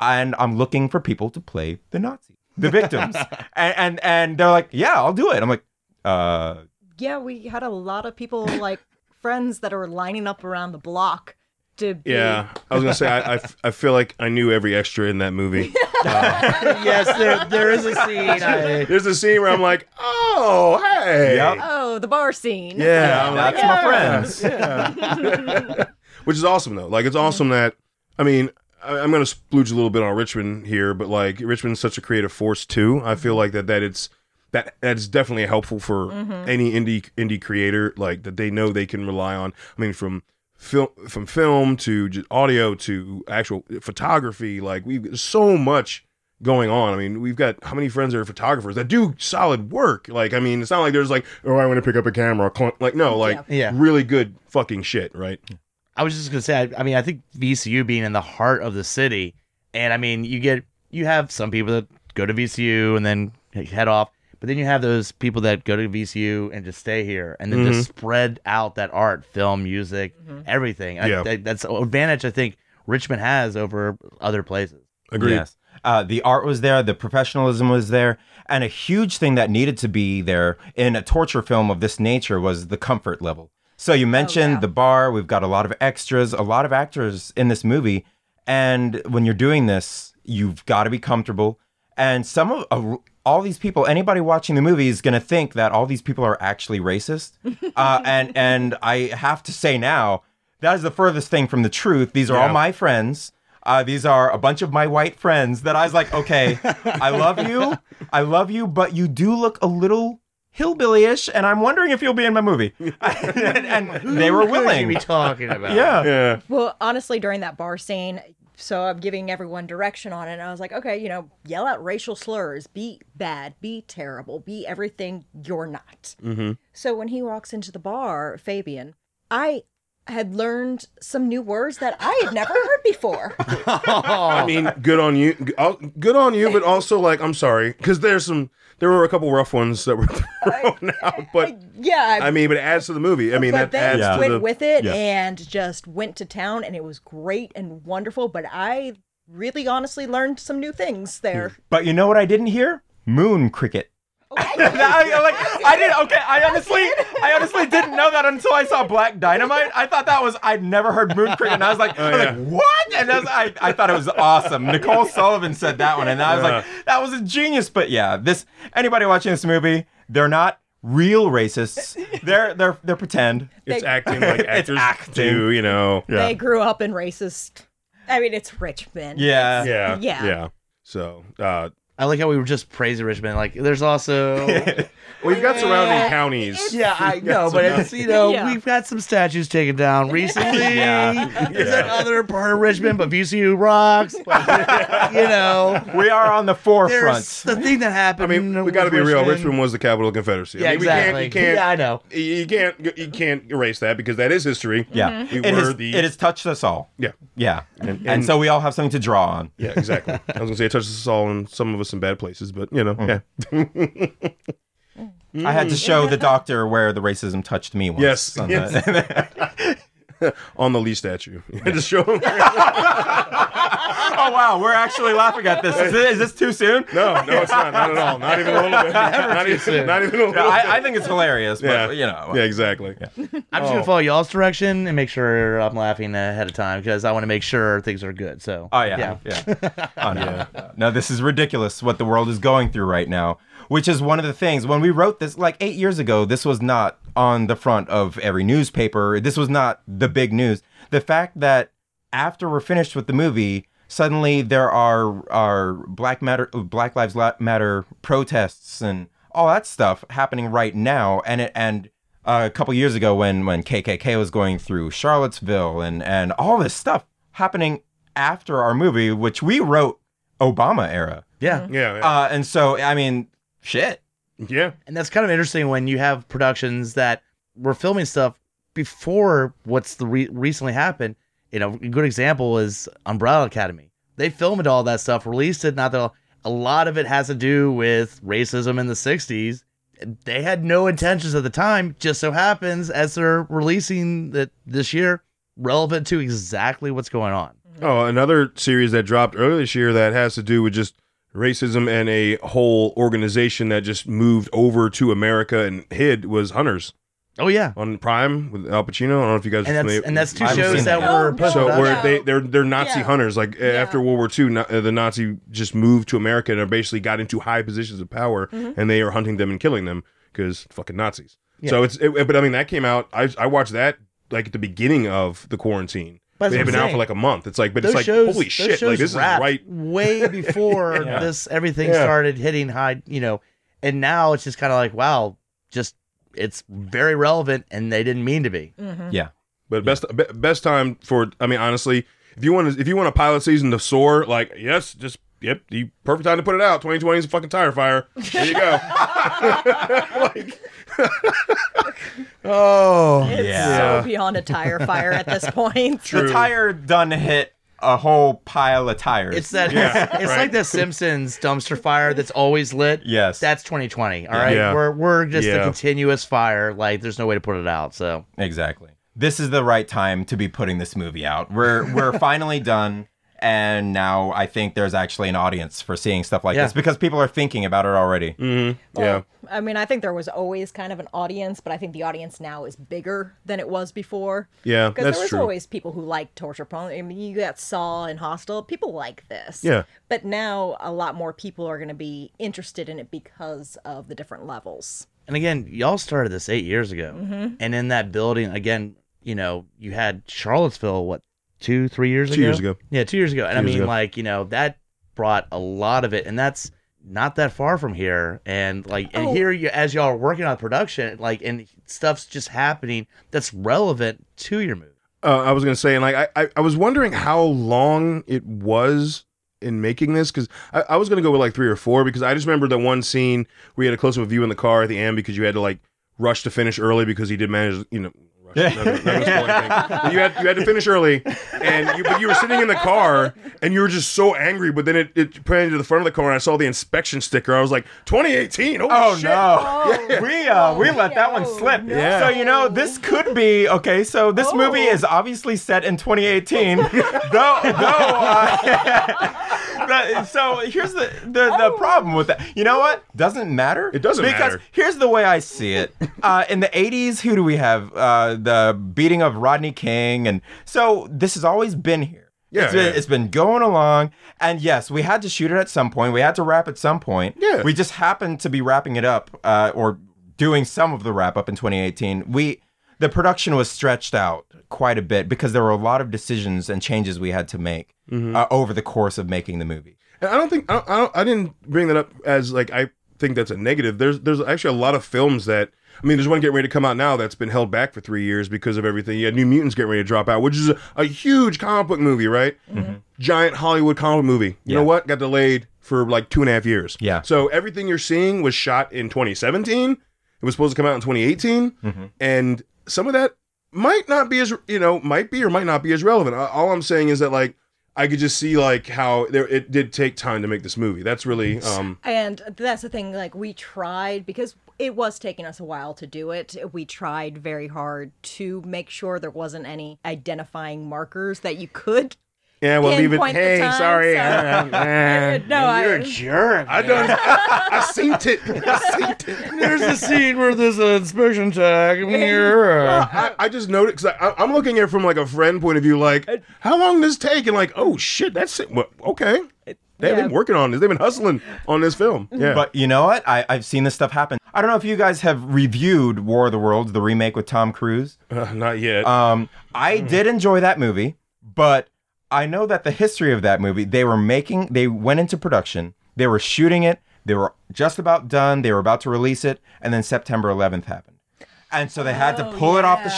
S4: and i'm looking for people to play the nazis the victims and, and and they're like yeah i'll do it i'm like uh
S3: yeah, we had a lot of people like friends that are lining up around the block to be.
S1: yeah. I was gonna say I, I f- I feel like I knew every extra in that movie.
S2: yes, there there is a scene. I,
S1: There's a scene where I'm like, oh hey,
S4: Yep.
S3: Oh, the bar scene.
S1: yeah, I'm like,
S4: That's my friends.
S1: yeah. Which is awesome though. Like it's awesome that I mean I, I'm gonna splooge a little bit on Richmond here, but like Richmond's such a creative force too. I feel like that that it's that that's definitely helpful for any indie indie creator like that they know they can rely on. I mean from film from film to j- audio to actual photography like we've got so much going on i mean we've got how many friends are photographers that do solid work like i mean it's not like there's like oh i want to pick up a camera clunk. like no like
S2: Yeah.
S1: really good fucking shit right
S2: I was just gonna say. I, I mean, I think VCU being in the heart of the city, and I mean, you get you have some people that go to VCU and then head off, but then you have those people that go to VCU and just stay here, and then just spread out that art, film, Mm-hmm. music, everything. I-
S1: Yeah.
S2: that- that's an advantage I think Richmond has over other places.
S1: Agreed.
S4: Yes. Uh, the art was there, the professionalism was there, and a huge thing that needed to be there in a torture film of this nature was the comfort level. So you mentioned
S3: yeah.
S4: the bar, we've got a lot of extras, a lot of actors in this movie, and when you're doing this, you've got to be comfortable. And some of a- all these people, anybody watching the movie is going to think that all these people are actually racist. uh, and and I have to say now, that is the furthest thing from the truth. These are all
S1: Yeah.
S4: my friends. Uh, these are a bunch of my white friends that I was like, okay, I love you. I love you, but you do look a little hillbilly ish, and I'm wondering if you'll be in my movie. and, and they were
S2: Who could you
S4: willing.
S2: be talking about?
S4: Yeah.
S1: Yeah.
S3: Well, honestly, during that bar scene, so I'm giving everyone direction on it, and I was like, okay, you know, yell out racial slurs, be bad, be terrible, be everything you're not.
S1: Mm-hmm.
S3: So when he walks into the bar, Fabian, I had learned some new words that I had never heard before.
S1: I mean, good on you. g- I'll- Good on you, but also like, I'm sorry because there's some. There were a couple rough ones that were thrown out, but
S3: yeah,
S1: I mean, but it adds to the movie. I mean, that
S3: but they
S1: adds
S4: Yeah.
S1: to
S3: went
S1: the.
S3: with it
S1: yeah.
S3: and just went to town, and it was great and wonderful. But I really, honestly, learned some new things there.
S4: But you know what I didn't hear? Moon cricket.
S3: Okay.
S4: I, I like, I did okay. I honestly, I honestly didn't know that until I saw Black Dynamite. I thought that was I'd never heard Moon Creek, and I was like, I was
S1: Oh, yeah.
S4: like, what? And I, was, I, I thought it was awesome. Nicole Sullivan said that one, and I was
S1: Uh.
S4: like, that was a genius. But yeah, this anybody watching this movie, they're not real racists. They're they're they're pretend.
S1: It's
S3: They-
S1: acting like
S4: It's
S1: actors
S4: acting.
S1: do, you know.
S3: They grew up in racist. I mean, it's Richmond.
S4: Yeah.
S1: Yeah.
S3: Yeah.
S1: Yeah. So, uh,
S2: I like how we were just praising Richmond. Like, there's also.
S1: well, you've got surrounding
S2: Yeah.
S1: counties.
S2: yeah, I know, but it's, you know,
S3: Yeah.
S2: we've got some statues taken down recently.
S4: Yeah.
S2: There's that other part of Richmond, but VCU rocks. you know,
S4: We are on the
S2: there's
S4: forefront.
S2: the thing that
S1: I
S2: happened.
S1: mean, we got to
S2: with
S1: be real. Richmond was the capital of the Confederacy.
S2: Yeah,
S1: I mean,
S2: exactly.
S1: We can't, you
S2: Yeah,
S1: can't,
S2: I know.
S1: you can't, you can't erase that because that is history.
S4: Yeah, Mm-hmm.
S1: We
S4: it
S1: were
S4: has,
S1: the-
S4: it has touched us all.
S1: Yeah.
S4: Yeah, and,
S1: and-
S4: so we all have something to draw on.
S1: Yeah, exactly. I was gonna say it touches us all, and some of us in bad places, but you know,
S2: Mm.
S1: yeah.
S4: I had to show the doctor where the racism touched me once.
S1: Mm-hmm. Yes,
S4: on
S1: yes.
S4: the-
S1: On the Lee statue, just show him.
S4: oh wow, we're actually laughing at this. Is this, is this too soon?
S1: No, no, it's not. Not at all. Not even a little bit. Not even, not even a little
S4: No,
S1: bit.
S4: I, I think it's hilarious, but
S1: Yeah.
S4: you know,
S1: Yeah, exactly.
S2: I'm
S1: Oh.
S2: just gonna follow y'all's direction and make sure I'm laughing ahead of time because I want to make sure things are good. So,
S4: Oh yeah, yeah. Oh, no. no, this is ridiculous what the world is going through right now, which is one of the things when we wrote this like eight years ago. This was not on the front of every newspaper. This was not the big news. The fact that after we're finished with the movie, suddenly there are are Black Matter, Black Lives La- Matter protests and all that stuff happening right now, and it and. Uh, a couple years ago, when when KKK was going through Charlottesville and and all this stuff happening after our movie, which we wrote Obama era.
S2: yeah.
S1: Yeah, yeah.
S4: Uh, and so, I mean, shit.
S1: yeah.
S2: And that's kind of interesting when you have productions that were filming stuff before what's the re- recently happened. You know, a good example is Umbrella Academy. They filmed all that stuff, released it. Not that all- a lot of it has to do with racism in the '60s. They had no intentions at the time. Just so happens as they're releasing it this year, relevant to exactly what's going on.
S1: Oh, another series that dropped earlier this year that has to do with just racism and a whole organization that just moved over to America and hid was Hunters
S2: Oh yeah,
S1: on Prime with Al Pacino. I don't know if you guys are
S2: and that's
S1: familiar.
S2: and that's two
S4: I haven't
S2: shows
S4: seen
S2: that
S4: that.
S2: were
S3: No,
S2: pushed
S1: so
S3: no,
S2: production.
S1: where they they're they're Nazi
S3: Yeah.
S1: hunters like eh,
S3: Yeah.
S1: after World War II Na- uh, the Nazi just moved to America and are basically got into high positions of power and they are hunting them and killing them because fucking Nazis. So it's it, but I mean that came out I I watched that like at the beginning of the quarantine.
S2: But that's
S1: They've
S2: what
S1: been
S2: I'm
S1: out for
S2: saying.
S1: like a month. It's like but it's like holy shit like this is
S2: wrapped
S1: right
S2: way before
S4: Yeah.
S2: this everything
S1: Yeah.
S2: started hitting high, you know. And now it's just kind of like, wow, just it's very relevant, and they didn't mean to be.
S1: Mm. But best be, best time for I mean honestly, if you want to if you want a pilot season to soar, like yes, just yep, the perfect time to put it out. 2020 is a fucking tire fire. There you go. Like,
S2: Oh,
S3: It's
S4: Yeah.
S3: so beyond a tire fire at this point.
S1: True.
S4: The tire done hit a whole pile of tires.
S2: it's that.
S1: Yeah,
S2: it's
S1: right.
S2: like the Simpsons dumpster fire that's always lit.
S4: yes.
S2: That's 2020. All right,
S1: Yeah.
S2: we're we're just a
S1: Yeah.
S2: continuous fire. Like there's no way to put it out. So
S4: exactly. This is the right time to be putting this movie out. We're we're finally done. And now I think there's actually an audience for seeing stuff like
S2: Yeah.
S4: this because people are thinking about it already.
S1: Mm-hmm.
S3: Well,
S1: yeah.
S3: I mean, I think there was always kind of an audience, but I think the audience now is bigger than it was before.
S1: Yeah,
S3: Because
S1: that's
S3: there was
S1: true.
S3: always people who liked torture porn. I mean, you got Saw and Hostel. People like this.
S1: Yeah.
S3: But now a lot more people are going to be interested in it because of the different levels.
S2: And again, y'all started this eight years ago.
S3: Mm-hmm.
S2: And in that building, again, you know, you had Charlottesville, what, two, three years
S1: Two
S2: ago?
S1: years ago.
S2: Yeah, two years ago. And
S1: Two
S2: I
S1: years
S2: mean,
S1: ago.
S2: like, you know, that brought a lot of it. And that's not that far from here. And like, and
S3: Oh.
S2: here you, as y'all are working on production, like, and stuff's just happening that's relevant to your movie.
S1: uh, I was gonna say, and like I, I, I was wondering how long it was in making this because I, I was gonna go with like three or four because I just remember that one scene where you had a close up of you in the car at the end because you had to like rush to finish early because he did manage, you know. rush- not gonna- not gonna spoil anything. But You had you had to finish early, and you, but you were sitting in the car and you were just so angry. But then it, it put into the front of the car, and I saw the inspection sticker. I was like, 2018. Holy
S4: Oh
S1: shit.
S4: no.
S3: Oh,
S4: We uh
S3: Oh,
S4: we let that one
S3: no,
S4: slip.
S3: no.
S1: Yeah.
S4: So you know this could be okay. So this
S3: Oh.
S4: movie is obviously set in 2018. though though. Uh, but- so here's the the, the problem with that. You know what? Doesn't matter.
S1: It doesn't
S4: because
S1: matter.
S4: here's the way I see it. Uh, in the 80s, who do we have? Uh, the beating of Rodney King, and so this has always been here.
S1: Yeah,
S4: It's been-
S1: yeah.
S4: it's been going along, and yes, we had to shoot it at some point. We had to wrap at some point.
S1: Yeah.
S4: We just happened to be wrapping it up uh, or doing some of the wrap up in 2018. We the production was stretched out quite a bit because there were a lot of decisions and changes we had to make
S1: Mm-hmm.
S4: uh, over the course of making the movie.
S1: And I don't think I, don't, I, don't, I didn't bring that up as like I think that's a negative. There's there's actually a lot of films that I mean, there's one getting ready to come out now that's been held back for three years because of everything. You had New Mutants getting ready to drop out, which is a, a huge comic book movie, right? Giant Hollywood comic book movie. You know
S4: Mm-hmm. Yeah.
S1: what? Got delayed for like two and a half years.
S4: Yeah.
S1: So everything you're seeing was shot in 2017. It was supposed to come out in 2018,
S2: Mm-hmm.
S1: and some of that might not be as you know might be or might not be as relevant. A- All I'm saying is that like I could just see like how there it did take time to make this movie. That's really um
S3: And that's the thing, like, we tried because it was taking us a while to do it. We tried very hard to make sure there wasn't any identifying markers that you could.
S1: yeah we'll leave it.
S3: Pinpoint the
S1: Hey,
S3: time,
S1: sorry.
S3: so-
S1: I
S3: No,
S2: You're
S3: I.
S2: a jerk. man.
S1: done. I, I seen it. I seen it.
S2: There's a scene where there's an inspection tag
S3: Oh,
S2: here.
S1: I, I just noticed because I, I'm looking at it from like a friend point of view. Like, how long does this take? And like, oh shit, that's it. Well, okay. They've
S3: yeah.
S1: been working on this. They've been hustling on this film. Yeah.
S4: But you know what? I, I've seen this stuff happen. I don't know if you guys have reviewed War of the Worlds, the remake with Tom Cruise.
S1: Uh, not yet.
S4: Um, I did enjoy that movie, but I know that the history of that movie, they were making, they went into production, they were shooting it, they were just about done, they were about to release it, and then September 11th happened, and so they had to
S3: Oh,
S4: pull it off the
S3: yeah.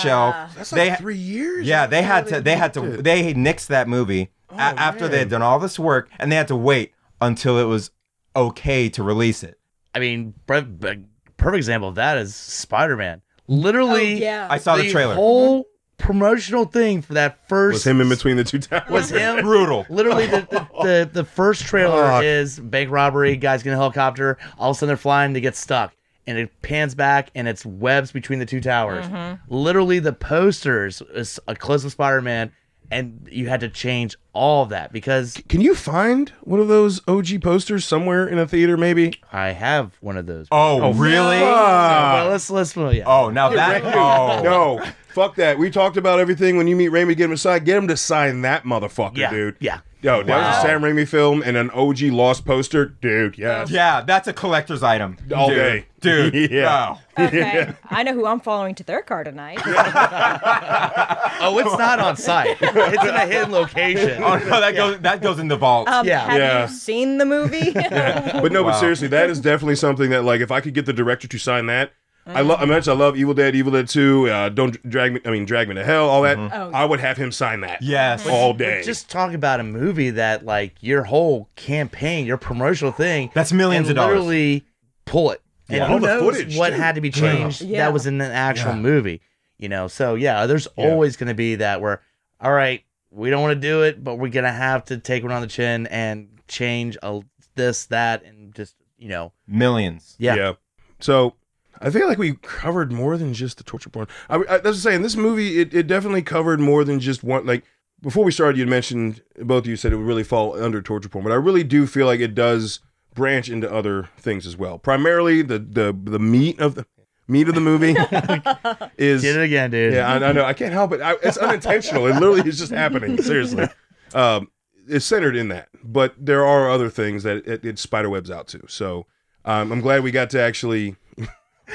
S4: shelf.
S1: that's
S4: they,
S1: like three years.
S4: yeah, they had to, they had to,
S1: did.
S4: they nixed that movie
S1: Oh,
S4: a- after they had done all this work, and they had to wait until it was okay to release it.
S2: I mean, pre- b- perfect example of that is Spider Man. Literally,
S3: Oh, yeah.
S4: I saw the trailer.
S2: whole promotional thing for that first
S1: was him in between the two towers.
S2: was him.
S4: Brutal.
S2: Literally, the, the, the, the first trailer
S1: Fuck.
S2: is bank robbery, guys get in a helicopter. All of a sudden, they're flying, they get stuck. And it pans back, and it's webs between the two towers.
S3: Mm-hmm.
S2: Literally, the posters is a close of Spider Man, and you had to change all of that because
S1: Can you find one of those OG posters somewhere in a theater? Maybe.
S2: I have one of those.
S4: Oh, really?
S1: Ah.
S2: well, let's let's well, yeah.
S4: Oh, now that oh
S1: No, fuck that. We talked about everything when you meet Raimi, get him to sign. Get him to sign that motherfucker,
S2: yeah,
S1: dude.
S2: yeah.
S1: Yo, that was
S4: Wow.
S1: a Sam Raimi film and an OG Lost poster, dude. Yes.
S4: Yeah, that's a collector's item.
S1: All
S4: dude.
S1: day.
S4: Dude.
S1: Yeah.
S4: oh.
S3: Okay. I know who I'm following to their car tonight.
S2: Oh, it's not on site. It's in a hidden location.
S4: Oh no, that goes that goes in the vault.
S3: Um,
S2: Yeah.
S3: Have
S1: Yeah.
S3: you seen the movie?
S1: But no,
S4: Wow.
S1: but seriously, that is definitely something that like if I could get the director to sign that. I love. I mentioned I love Evil Dead, Evil Dead Two. Uh, don't Dr- drag me. I mean, drag me to hell. All that.
S3: Oh,
S1: I would have him sign that.
S4: yes.
S1: All
S2: Mm-hmm. But
S1: day.
S2: Just talk about a movie that like your whole campaign, your promotional thing.
S4: That's millions
S2: and
S4: of dollars.
S2: Literally pull it. And
S1: Yeah.
S2: who
S1: All the
S2: knows
S1: footage,
S2: what
S1: too.
S2: had to be changed
S3: Yeah.
S2: that was in an actual movie. You know, so yeah, there's
S1: Yeah.
S2: always going to be that where, all right, we don't want to do it, but we're going to have to take one on the chin and change a, this, that, and just you know,
S4: Millions.
S2: yeah.
S1: So I feel like we covered more than just the torture porn. I, I, that's what I'm saying. This movie, it, it definitely covered more than just one. Like before we started, you mentioned both of you said it would really fall under torture porn, but I really do feel like it does branch into other things as well. Primarily, the the the meat of the meat of the movie is
S2: Did it again, dude.
S1: yeah, I, I know. I can't help it. I, it's unintentional. It literally is just happening. Seriously, um, it's centered in that, but there are other things that it, it spiderwebs out to. So um, I'm glad we got to actually.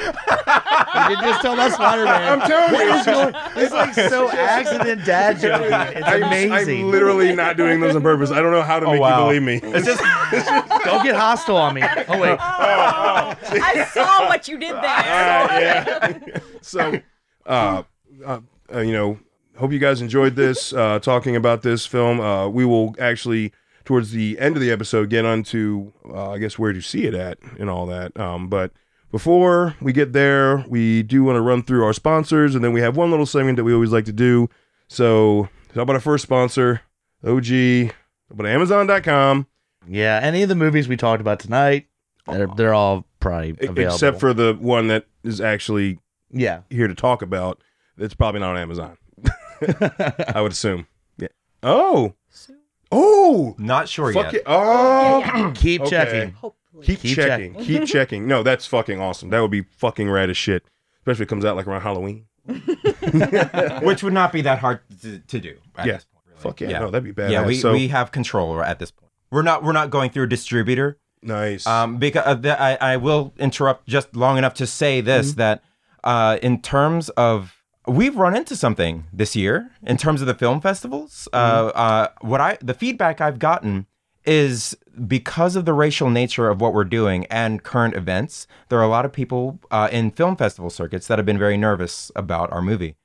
S2: You did just tell that Spider
S1: I'm
S2: Man.
S1: telling you,
S2: It's like so accident dad joke. It's
S1: I'm,
S2: amazing.
S1: I'm literally not doing those on purpose. I don't know how to make
S4: wow.
S1: you believe me.
S4: It's just
S2: Don't get hostile on me. Oh wait.
S3: I saw what you did there.
S1: Alright, Uh, yeah. so, uh, uh, uh, you know, hope you guys enjoyed this uh, talking about this film. Uh, we will actually towards the end of the episode get onto uh, I guess where to see it at and all that. Um, but before we get there, we do want to run through our sponsors, and then we have one little segment that we always like to do. So, how about our first sponsor, OG? But Amazon.com,
S2: Yeah, any of the movies we talked about tonight, they're they're all probably
S1: e-
S2: available.
S1: except for the one that is actually
S2: yeah,
S1: here to talk about, it's probably not on Amazon. I would assume. Yeah. Oh. Oh.
S4: not sure
S1: Fuck
S4: yet.
S1: it. Oh.
S2: keep
S1: Okay.
S2: checking.
S3: Hopefully.
S1: Keep,
S2: Keep
S1: checking. Keep checking. No, that's fucking awesome. That would be fucking rad as shit. Especially if it comes out like around Halloween.
S4: Which would not be that hard to, to do. At
S1: Yeah.
S4: This point, really.
S1: Fuck yeah. No, that'd be bad.
S4: yeah, we,
S1: so
S4: we have control at this point. We're not we're not going through a distributor.
S1: nice.
S4: Um, because uh, the, I, I will interrupt just long enough to say this that uh, in terms of we've run into something this year in terms of the film festivals. Uh, uh, what I the feedback I've gotten is because of the racial nature of what we're doing and current events, there are a lot of people uh, in film festival circuits that have been very nervous about our movie.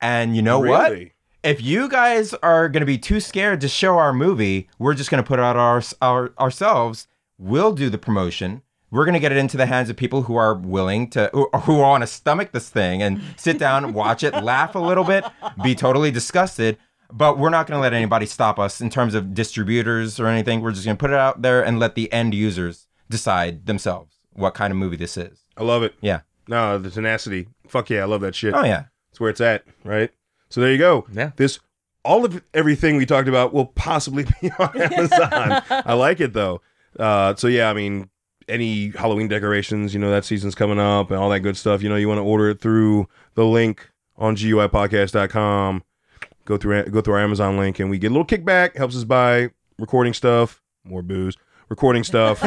S4: And you know what?
S1: Really?
S4: if you guys are going to be too scared to show our movie, we're just going to put it out our, our ourselves. We'll do the promotion. We're going to get it into the hands of people who are willing to, who, who want to stomach this thing and sit down, watch it, laugh a little bit, be totally disgusted. But we're not going to let anybody stop us in terms of distributors or anything. We're just going to put it out there and let the end users decide themselves what kind of movie this is.
S1: I love it.
S4: Yeah.
S1: No, the tenacity. Fuck yeah, I love that shit.
S4: Oh, yeah.
S1: That's where it's at, right? So there you go.
S2: Yeah.
S1: This all of everything we talked about will possibly be on Amazon. I like it though. Uh, so yeah, I mean, any Halloween decorations, you know, that season's coming up and all that good stuff. You know, you want to order it through the link on GUIPodcast.com. Go through go through our Amazon link and we get a little kickback. Helps us buy recording stuff, more booze, recording stuff,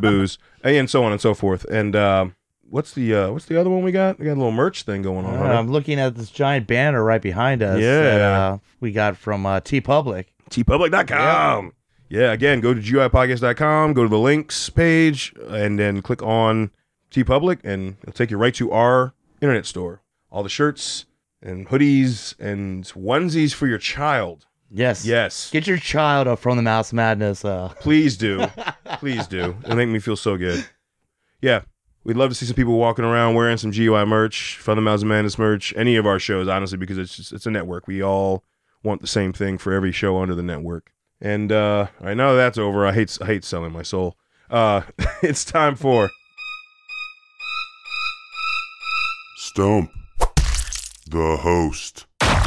S1: booze, and so on and so forth. And uh, what's the uh, what's the other one we got? We got a little merch thing going on.
S2: Uh,
S1: right?
S2: I'm looking at this giant banner right behind us.
S1: Yeah.
S2: that, uh, we got from uh, T Public.
S1: tpublic.com. Yeah, again, go to GUIPodcast.com, go to the links page, and then click on tpublic, and it'll take you right to our internet store. All the shirts and hoodies and onesies for your child.
S2: Yes.
S1: Yes,
S2: Get your child up from the Mouse Madness. Uh,
S1: please do. please do. It'll make me feel so good. Yeah, we'd love to see some people walking around wearing some GUI merch, Fun the Mouse and Madness merch, any of our shows, honestly, because it's just, it's a network. We all want the same thing for every show under the network. And uh, all right now that that's over, I hate I hate selling my soul. Uh, it's time for
S5: Stump the host.
S1: All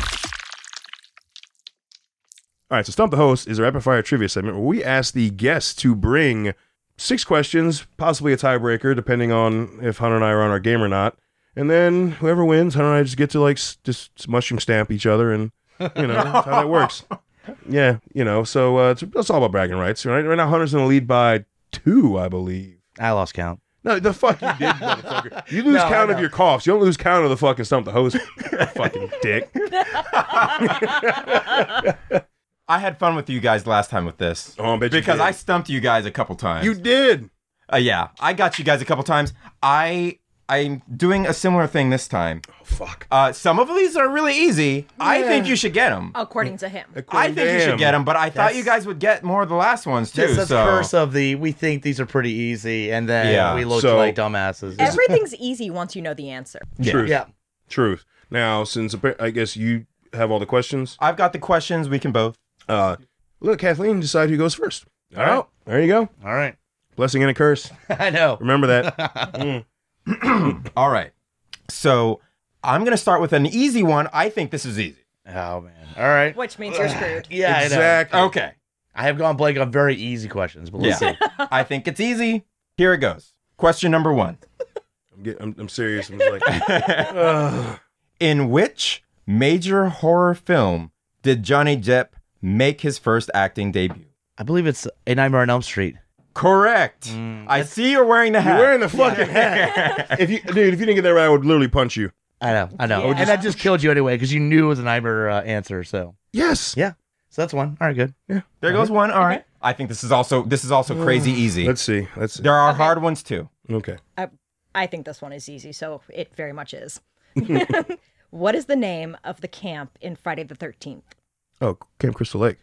S1: right, so Stump the Host is a rapid fire trivia segment where we ask the guest to bring six questions, possibly a tiebreaker, depending on if Hunter and I are on our game or not. And then whoever wins, Hunter and I just get to like s- just mushroom stamp each other, and you know that's how that works. Yeah, you know, so uh, it's, it's all about bragging rights, right? Right now, Hunter's in the lead by two, I believe.
S2: I lost count.
S1: No, the fuck you did, motherfucker. You lose
S2: No, I
S1: count of
S2: know.
S1: your coughs. You don't lose count of the fucking stump the host. fucking dick.
S4: I had fun with you guys last time with this
S1: Oh, I bet you
S4: because
S1: did.
S4: I stumped you guys a couple times.
S1: you did.
S4: Uh, yeah, I got you guys a couple times. I I'm doing a similar thing this time.
S1: Oh, fuck.
S4: Uh, some of these are really easy. I think you should get them.
S3: According to him.
S4: I think you should
S1: Damn.
S4: get them, but I thought
S2: Oh, That's-
S4: you guys would get more of the last ones too.
S2: It's this
S4: so
S2: curse of the we think these are pretty easy, and then
S4: Yeah,
S2: we look
S1: so-
S2: like dumbasses.
S3: Everything's easy once you know the answer.
S1: Truth.
S2: yeah.
S1: Truth. Now, since appa- I guess you have all the questions,
S4: I've got the questions. We can both.
S1: uh, let Kathleen decide who goes first. All
S2: right.
S1: right. There you go.
S2: All right.
S1: Blessing and a curse.
S2: I know. Oh,
S1: Remember that.
S4: All right. So I'm gonna start with an easy one. I think this is easy.
S2: Oh man. All right.
S3: which means you're screwed.
S2: Yeah.
S1: exactly.
S2: I know. Okay. I have gone Blake on very easy questions, but let's see.
S4: I think it's easy. Here it goes. Question number one
S1: I'm, get, I'm, I'm serious. I'm just like, ugh.
S4: In which major horror film did Johnny Depp make his first acting debut?
S2: I believe it's A Nightmare on Elm Street.
S4: Correct.
S2: Mm,
S4: I see you're wearing the
S1: you're
S4: hat.
S1: wearing the fucking hat. If you, dude, if you didn't get that right, I would literally punch you.
S2: I know. I know.
S3: Yeah.
S2: And that just killed you anyway because you knew it was a nightmare uh, answer. So.
S1: Yes.
S2: Yeah. So that's one. All right. Good.
S4: there goes one. All right. I think this is also this is also crazy easy.
S1: Let's see. Let's see.
S4: There are hard ones too.
S1: Okay.
S3: I think this one is easy, so it very much is. what is the name of the camp in Friday the 13th?
S1: Oh, Camp Crystal Lake.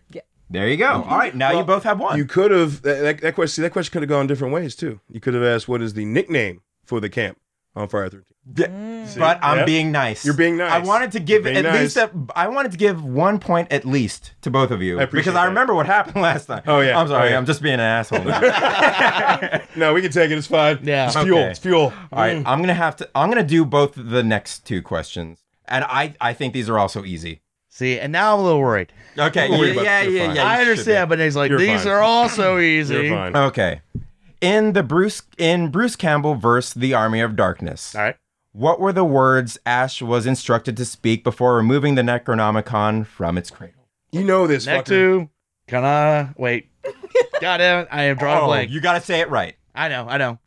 S4: There you go. All right. Now you
S1: Well,
S4: both have one.
S1: You could have that, that, that question. See, that question could have gone different ways too. You could have asked, "What is the nickname for the camp on Friday the 13th?
S4: D- But I'm
S1: Yep.
S4: being nice.
S1: You're being nice.
S4: I wanted to give
S1: You're
S4: at
S1: being
S4: least
S1: nice.
S4: a, I wanted to give one point at least to both of you
S1: I appreciate
S4: because I
S1: that.
S4: remember what happened last time.
S1: Oh, yeah.
S4: I'm sorry.
S1: Oh, yeah.
S4: I'm just being an asshole. now.
S1: No, we can take it. It's fine.
S2: Yeah.
S1: It's fuel.
S4: Okay.
S1: It's fuel. Mm.
S4: All right, I'm gonna have to. I'm gonna do both the next two questions, and I I think these are also easy.
S2: See, and now I'm a little worried.
S4: Okay,
S1: Don't worry
S4: yeah,
S1: about it,
S4: yeah,
S1: you're
S4: yeah,
S1: fine.
S4: yeah,
S2: I
S4: you should
S2: understand, but he's like,
S1: You're
S2: these
S1: fine.
S2: are all so easy.
S1: You're fine.
S4: be. Okay, in the Bruce in Bruce Campbell verse the Army of Darkness,
S2: All right.
S4: what were the words Ash was instructed to speak before removing the Necronomicon from its cradle?
S1: You know this.
S2: Neck
S1: fucker.
S2: two. Kana. Wait. God damn it. I am
S1: Oh,
S2: drawing a blank.
S4: Oh, you gotta say it right.
S2: I know. I know.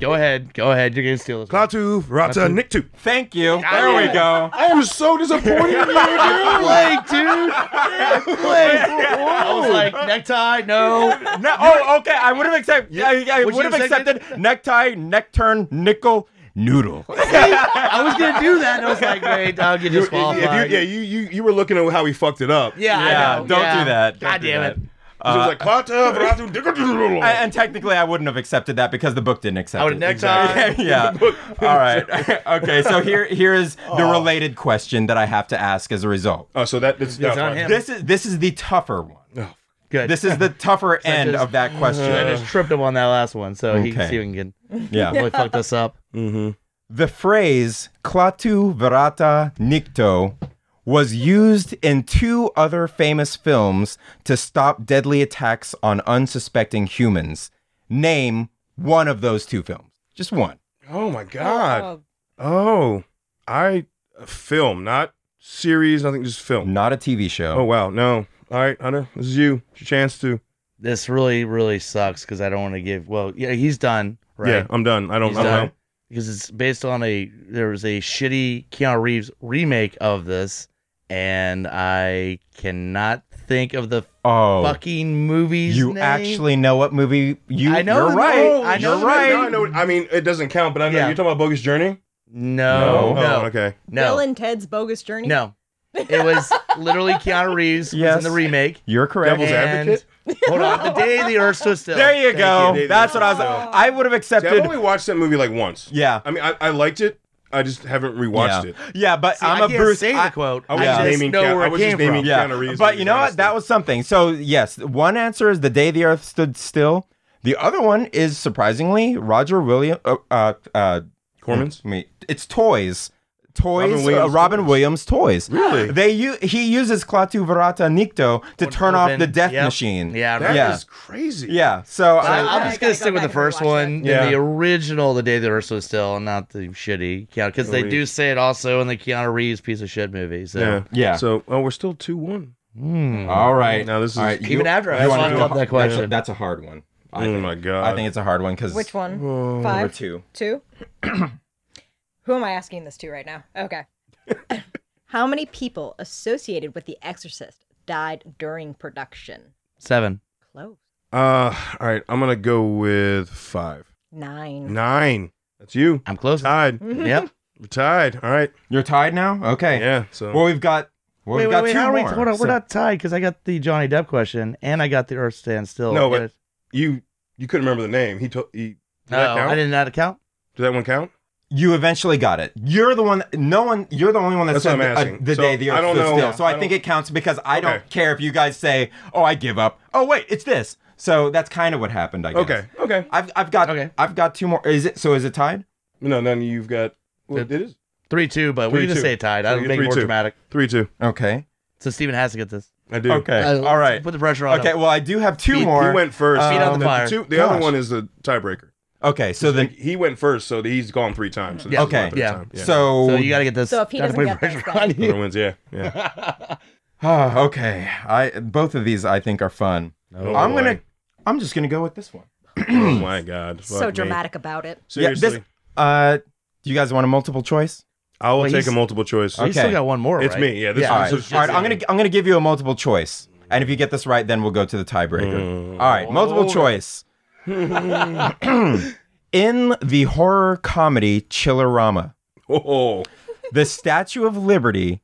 S2: Go ahead. Go ahead. You're going to steal this. one.
S1: Klaatu, Rata,
S2: Klaatu.
S1: Niktu.
S4: Thank you.
S2: God
S4: There we
S2: damn it.
S4: go.
S1: I am so disappointed in
S2: You're
S1: you,
S2: Blake, dude. You're Blake. I was like, necktie, no.
S4: No, oh, okay. I would have accepted. I,
S2: would you
S4: would have
S2: have
S4: accepted necktie, neck turn, nickel, noodle.
S2: I was going to do that. And I was like, wait, I'll get
S1: dude. If you-
S2: disqualified.
S1: yeah, you, you you were looking at how he fucked it up.
S2: Yeah, I
S4: Yeah,
S2: know.
S4: don't
S2: Yeah.
S4: do that. Don't
S2: God
S4: do
S2: damn
S4: that.
S2: it.
S1: He was like
S2: Uh,
S1: Klaatu, Ratu, Niktu.
S4: I- and technically, I wouldn't have accepted that because the book didn't accept
S2: I would
S4: it.
S2: have necktie.
S4: yeah. All right. okay. So here, here is the related question that I have to ask as a result.
S1: Oh, so that that's,
S2: That's
S1: no,
S2: on
S1: fine.
S2: him.
S4: This is this is the tougher one.
S2: Good.
S4: This is the tougher end
S2: just-
S4: of that
S2: I
S4: question.
S2: just tripped him on that last one, so he
S4: Okay.
S2: can see if he can
S4: Yeah.
S2: really fuck this up.
S4: The phrase "clatu verata nicto" was used in two other famous films to stop deadly attacks on unsuspecting humans. Name one of those two films. Just one.
S1: Oh my god. Oh, I a film, not series, nothing, just film.
S4: Not a TV show.
S1: Oh wow, no. All right, Hunter, this is you. It's your chance to.
S2: This really, really sucks because I don't want to give. Well, yeah, he's done, right?
S1: Yeah, I'm done. I don't.
S2: He's
S1: I don't
S2: done.
S1: know.
S2: because it's based on a there was a shitty Keanu Reeves remake of this, and I cannot think of the
S4: Oh,
S2: fucking movies.
S4: you actually know what movie you?
S2: I know
S4: You're
S2: the
S4: right.
S2: name. I
S1: I
S2: know
S1: know.
S2: the
S4: you're right.
S1: I know. I mean, it doesn't count, but I know
S2: Yeah.
S1: you're talking about Bogus Journey.
S2: no,
S4: No.
S2: no,
S1: Oh,
S2: no,
S1: okay.
S3: Bill
S2: no.
S3: and Ted's Bogus Journey?
S2: It was literally Keanu Reeves
S4: Yes.
S2: was in the remake.
S4: You're correct.
S1: Devil's
S2: And-
S1: Advocate.
S2: Hold on, the day the earth stood still.
S4: There you
S2: Thank
S4: go.
S1: you.
S4: That's what I was. I would have
S1: See, I've
S4: accepted.
S1: only watched that movie like once.
S4: Yeah.
S1: I mean, I, I liked it. I just haven't rewatched
S4: yeah.
S1: it.
S4: Yeah, but
S2: See,
S4: I'm
S2: I
S4: a
S2: can't
S4: Bruce.
S2: Say
S4: I-
S2: the quote.
S1: I was
S2: just
S1: naming
S2: know
S1: Keanu-
S2: where
S1: I
S2: it
S1: was just
S2: came
S1: naming
S2: from.
S1: Keanu Reeves
S4: But
S1: is
S4: you know what?
S1: nasty.
S4: That was something. So yes, one answer is the day the Earth stood still. The other one is surprisingly Roger William. Uh, uh, uh,
S1: Corman's.
S4: I mean, it's toys. Toys,
S1: Robin Williams'
S4: uh, Robin
S1: toys.
S4: Williams toys.
S1: Really?
S4: They u- he uses Klaatu Verata Nikto to turn off
S2: Open-
S4: the death
S2: yep.
S4: machine.
S2: Yeah,
S1: That is
S4: Yeah.
S1: crazy.
S4: yeah. So
S2: I, I'm
S4: I,
S3: I
S2: just
S3: gotta
S2: gonna
S3: go
S2: stick with the
S3: back and
S2: first
S3: rewatch
S2: one,
S1: that. Yeah.
S2: the original, the day the Earth was still, and not the shitty Keanu, because they do say it also in the Keanu Reeves piece of shit movie. So,
S1: Yeah.
S4: Yeah.
S1: So, oh, we're still two one.
S2: Hmm.
S4: all right.
S1: Now this is-
S4: all right.
S2: even after I
S4: you wanna
S2: fucked
S4: do a-
S2: up that question,
S4: That's a hard one. I
S1: Oh
S4: think,
S1: my god.
S4: I think it's a hard one because
S3: Which one?
S1: Oh.
S4: Number
S3: Five?
S4: two.
S3: Two? Who am I asking this to right now? Okay. How many people associated with The Exorcist died during production?
S2: seven.
S3: Close.
S1: Uh, all right. I'm gonna go with five,
S3: Nine.
S1: nine. That's you.
S2: I'm close.
S1: Tied.
S2: Yep.
S1: We're tied. All right.
S4: You're tied now. Okay.
S1: Yeah. So.
S4: Well, we've got. Well,
S2: wait,
S4: we've
S2: wait,
S4: got
S2: wait.
S4: two
S2: How are we,
S4: more,
S2: hold on.
S4: so-
S2: We're not tied because I got the Johnny Depp question and I got the Earth Stand Still.
S1: No, but-
S2: Yeah.
S1: you you couldn't remember the name. He told. He, did
S2: Oh,
S1: that count?
S2: I didn't know that count.
S1: Did that one count?
S4: You eventually got it. You're the one. No one. You're the only one that
S1: That's
S4: said
S1: what I'm
S4: the- uh,
S1: asking.
S4: the
S1: So,
S4: day the
S1: I
S4: earth
S1: don't
S4: stood
S1: know-
S4: still. So I,
S1: I
S4: think
S1: don't-
S4: it counts because I
S1: Okay.
S4: don't care if you guys say, "Oh, I give up." Oh, wait, it's this. So that's kind of what happened. I guess.
S1: Okay. Okay.
S4: I've I've got
S2: Okay.
S4: I've got two more. Is it so? Is it tied?
S1: No, none. You've got. Well,
S2: It-
S1: it is
S2: Three two, but
S1: Three,
S2: we're gonna
S1: two.
S2: say tied. That'll
S1: Three-
S2: make it
S1: three,
S2: more
S1: two.
S2: dramatic.
S1: three two.
S4: Okay.
S2: So Steven has to get this.
S1: I do.
S4: Okay.
S2: Uh,
S4: All right.
S2: Put the pressure on.
S4: Okay.
S2: him.
S4: Well, I do have two
S2: He- he
S1: He
S4: more.
S1: went first. Um,
S4: Feet on the
S1: the
S2: fire.
S1: two- the other
S4: Gosh.
S1: one is the tiebreaker.
S4: Okay. So
S1: Like,
S4: then.
S1: he went first, so he's gone three times. So this
S2: Yeah.
S1: is my
S4: Okay.
S1: third
S2: Yeah.
S1: time.
S4: So.
S2: So you got to get this.
S3: So if he
S2: gotta
S3: doesn't
S2: put
S3: get this,
S2: pressure on
S3: then-
S2: you.
S1: Whoever wins, yeah, yeah.
S4: Ah, okay. I both of these I think are fun.
S1: Oh,
S4: I'm
S1: boy.
S4: gonna. I'm just gonna go with this one.
S1: oh my god,
S3: so
S1: Fuck me.
S3: dramatic about it.
S1: Seriously,
S4: Yeah, this, uh, do you guys want a multiple choice?
S1: I will
S2: Well,
S1: take a
S2: Oh, he's-
S1: multiple choice.
S2: You still
S4: Okay.
S2: got one more.
S1: It's
S2: right?
S1: me, yeah, this
S4: All
S1: one's
S4: right.
S1: So
S4: All
S1: just-
S4: right. I'm gonna. I'm gonna give you a multiple choice, and if you get this right, then we'll go to the tiebreaker.
S1: Mm.
S4: All right, multiple choice. In the horror comedy Chillerama,
S1: Oh,
S4: the Statue of Liberty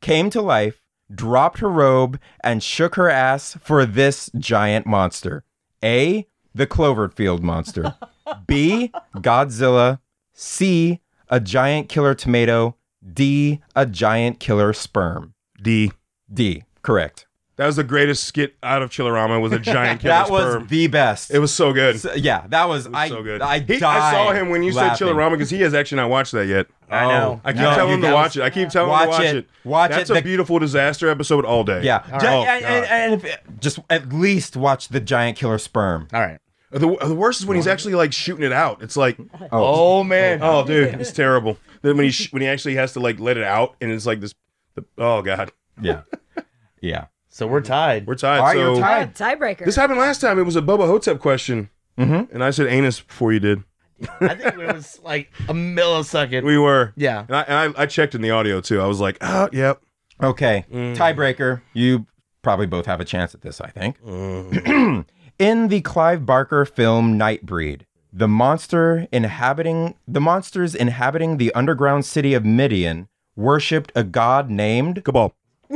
S4: came to life, dropped her robe, and shook her ass for this giant monster. A. The Cloverfield monster. B. Godzilla. C. A giant killer tomato. D. A giant killer sperm.
S1: D.
S4: D. Correct.
S1: That was the greatest skit out of Chillerama. Was a giant killer
S4: That
S1: sperm.
S4: was the best.
S1: it was so good.
S4: So- yeah, that was,
S1: It was
S4: I.
S1: so good.
S4: I,
S1: He-
S4: died
S1: I saw him when you
S4: laughing. Uh, Oh,
S1: said Chillerama because he has actually not watched that yet.
S2: I know.
S1: I keep
S4: No,
S1: telling
S4: you
S1: him to
S4: guys-
S1: watch it. I keep telling him to
S4: Watch
S1: watch
S4: it.
S1: it.
S4: Watch
S1: That's
S4: it.
S1: a
S4: The-
S1: beautiful disaster episode all day.
S4: Yeah,
S2: All right.
S4: Ju-
S1: Oh,
S4: and, and-
S1: God.
S4: and if, just at least watch the giant killer sperm.
S2: All right.
S1: The, the worst is when he's actually like shooting it out. It's like,
S2: Oh man.
S1: oh dude, it's terrible. Then when he sh- when he actually has to like let it out, and it's like this. The, oh god,
S4: Yeah, yeah.
S2: So we're tied.
S1: we're tied.
S4: All right,
S1: so
S4: you're tied.
S3: Oh,
S4: Hi.
S3: tiebreaker.
S1: this happened last time. It was a Bubba Hotep question,
S4: Mhm.
S1: and I said anus before you did.
S2: I think it was like a millisecond.
S1: We were,
S2: yeah.
S1: and I, and I I checked in the audio too. I was like, oh yep.
S4: Okay,
S1: Mm.
S4: tiebreaker. You probably both have a chance at this, I think.
S1: Mm.
S4: In the Clive Barker film Nightbreed, the monster inhabiting the monsters inhabiting the underground city of Midian worshipped a god named
S1: Cabal.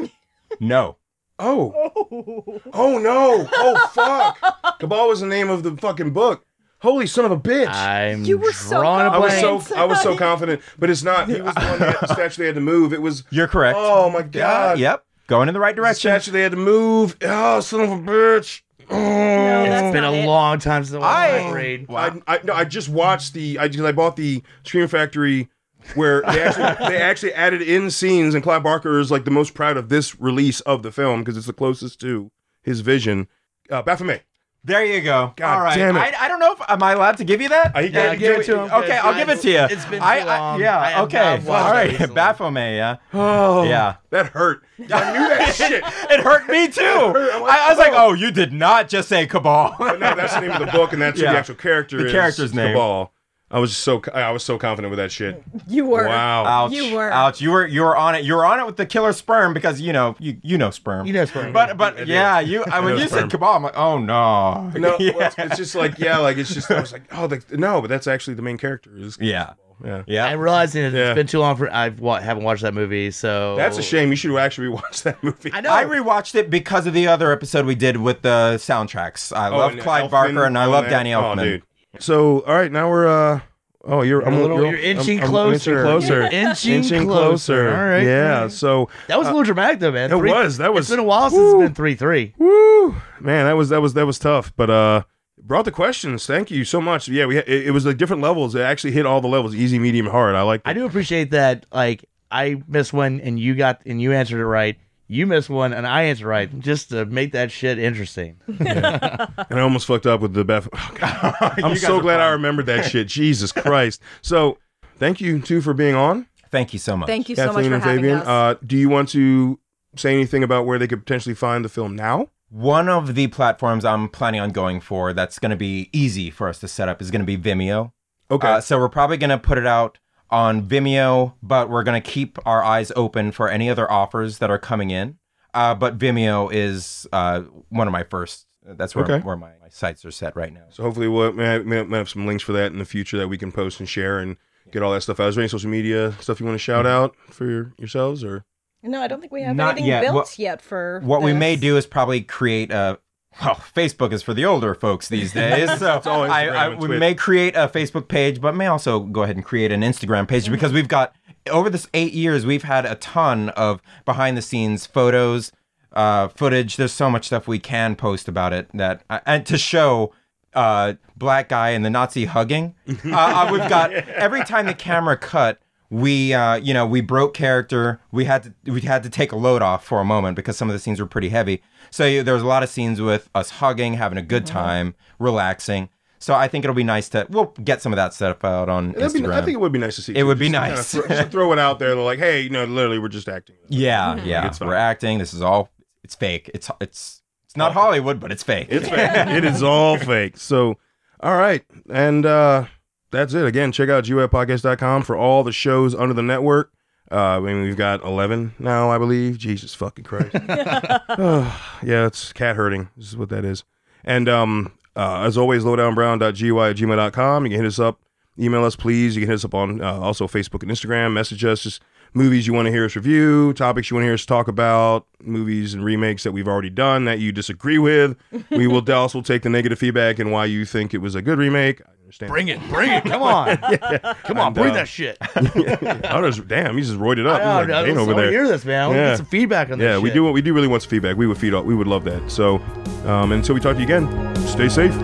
S4: No.
S1: Oh. Oh no! Oh fuck! Cabal was the name of the fucking book. Holy son of a bitch!
S2: I'm
S3: You were so
S2: drawing
S1: I
S2: a
S1: was
S2: blank.
S1: so I was so confident, but it's not. He was the one that the statue they had to move. It was.
S4: You're correct.
S1: Oh my god!
S4: Yep. Going in the right
S1: The
S4: direction.
S1: statue they had to move. Oh son of a bitch! Oh.
S3: No, that's
S2: it's been
S3: not
S2: a
S3: it.
S2: long time since
S4: I-
S2: I read.
S1: I, I no, I just watched the I just I bought the Scream Factory where they actually they actually added in scenes and Clive Barker is like the most proud of this release of the film because it's the closest to his vision. Uh, Baphomet.
S4: There you go.
S1: God
S4: All right.
S1: damn it.
S4: I, I don't know if am I allowed to give you that.
S1: I- he
S2: Yeah,
S1: gave-
S2: give it to him.
S4: okay, I'll give it to you.
S2: It's been too
S4: I, I-
S2: long.
S4: yeah.
S2: I have
S4: okay.
S2: not watched
S4: All
S2: that
S4: right.
S2: recently.
S4: Baphomet. Yeah.
S1: Oh
S4: Yeah.
S1: that hurt. I knew that shit.
S4: It hurt me too.
S1: hurt. I'm like,
S4: I, I was like,
S1: oh.
S4: oh, you did not just say cabal.
S1: But no, that's the name of the book, and that's
S4: Yeah.
S1: who the actual character.
S4: The
S1: is,
S4: character's name.
S1: Cabal. I was just so I was so confident with that shit.
S3: you were.
S1: Wow.
S4: Ouch.
S3: You were.
S4: Ouch. You were. You were on it. You were on it with the killer sperm because you know you you know sperm.
S2: You know sperm.
S4: But but
S1: I do.
S4: yeah, you. I, when
S1: know
S4: you
S1: sperm.
S4: said cabal, I'm like, oh no.
S1: No,
S4: yeah.
S1: well, it's, it's just like yeah, like it's just I was like oh the, no, but that's actually the main character is
S4: yeah.
S1: yeah.
S4: Yeah.
S2: I'm realizing it,
S1: Yeah.
S2: it's been too long for I wa- haven't watched that movie. So
S4: Oh.
S1: That's a shame. You should actually watch that movie.
S2: I know.
S4: I rewatched it because of the other episode we did with the soundtracks. I
S1: Oh,
S4: love
S1: and
S4: Clyde
S1: Elfman
S4: Barker and I
S1: on
S4: love
S1: that.
S4: Danny
S1: Oh,
S4: Elfman.
S1: dude. So, all right, now we're uh oh, you're,
S2: You're a little- you're inching
S1: I'm- I'm
S2: closer.
S1: closer.
S2: You're inching closer. All right.
S1: Yeah. So,
S2: that was a little dramatic though, man.
S1: it was. That was-
S2: It's been a while since
S1: Woo.
S2: it's been three three.
S1: woo, man, that was that was that was tough, but uh brought the questions. Thank you so much. Yeah, we had, it, it was like different levels. It actually hit all the levels, easy, medium, hard. I like
S2: I do appreciate that. Like I missed one and you got and you answered it right. You missed one and I answered right just to make that shit interesting.
S1: and I almost fucked up with the Beth. Oh, God. I'm
S4: You guys
S1: so
S4: are
S1: glad I
S4: fine.
S1: remembered that shit. Jesus Christ. So, thank you too for being on.
S4: Thank you so much.
S3: Thank you so much
S1: Kathleen
S3: for
S1: and
S3: having
S1: Fabian,
S3: us.
S1: uh, do you want to say anything about where they could potentially find the film now?
S4: One of the platforms I'm planning on going for that's going to be easy for us to set up is going to be Vimeo.
S1: Okay.
S4: Uh, so we're probably going to put it out on Vimeo, but we're going to keep our eyes open for any other offers that are coming in. Uh, but Vimeo is uh, one of my first. That's where,
S1: Okay.
S4: where my, my sites are set right now.
S1: so hopefully we'll may, may, may have some links for that in the future that we can post and share and get all that stuff out. Is there any social media stuff you want to shout out for your, yourselves or?
S3: no, I don't think we have
S4: Not
S3: anything
S4: yet.
S3: built
S4: What-
S3: yet for
S4: What we may
S3: this.
S4: do is probably create a. Well, Facebook is for the older folks these days, so
S1: all Instagram
S4: I, I,
S1: and
S4: we
S1: Twit.
S4: may create a Facebook page, but may also go ahead and create an Instagram page because we've got over this eight years we've had a ton of behind the scenes photos, uh, footage. There's so much stuff we can post about it that and to show uh, black guy and the Nazi hugging. Uh, uh, we've got every time the camera cut, we uh, you know we broke character we had to we had to take a load off for a moment because some of the scenes were pretty heavy so you, there was a lot of scenes with us hugging having a good
S1: Mm-hmm.
S4: time relaxing so i think it'll be nice to we'll get some of that stuff out on
S1: That'd be,
S4: instagram
S1: I think it would be nice to see.
S4: It would be
S1: Just kinda
S4: nice.
S1: throw, just throw it out there. Like, hey, you know, literally, we're just acting.
S4: yeah yeah
S1: it's fine.
S4: we're acting this is all it's fake it's it's it's not hollywood but it's fake
S1: It's fake. it is all fake. So, all right. And uh, that's it. Again, check out GUFpodcast.com for all the shows under the network. Uh, I mean, we've got 11 now, I believe. Jesus fucking Christ. yeah, it's cat herding. This is what that is. And um, uh, as always, lowdownbrown.gy at gmail.com. You can hit us up. Email us, please. You can hit us up on uh, also Facebook and Instagram. Message us just movies you want to hear us review, topics you want to hear us talk about, movies and remakes that we've already done that you disagree with. we will Dallas will take the negative feedback and why you think it was a good remake. I understand.
S2: Bring it, bring it. Come on. Come on,
S1: And,
S2: bring
S1: uh,
S2: that shit.
S1: I was- damn, he's just roided up.
S2: I
S1: He's like Bane over
S2: don't want to
S1: there.
S2: hear this, man. We
S1: Yeah.
S2: get some feedback on this.
S1: Yeah, we
S2: shit.
S1: do. We do really want feedback. We would feed. We would love that. So, um, until we talk to you again, stay safe.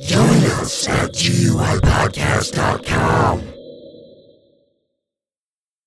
S5: Join us at GUIPodcast.com.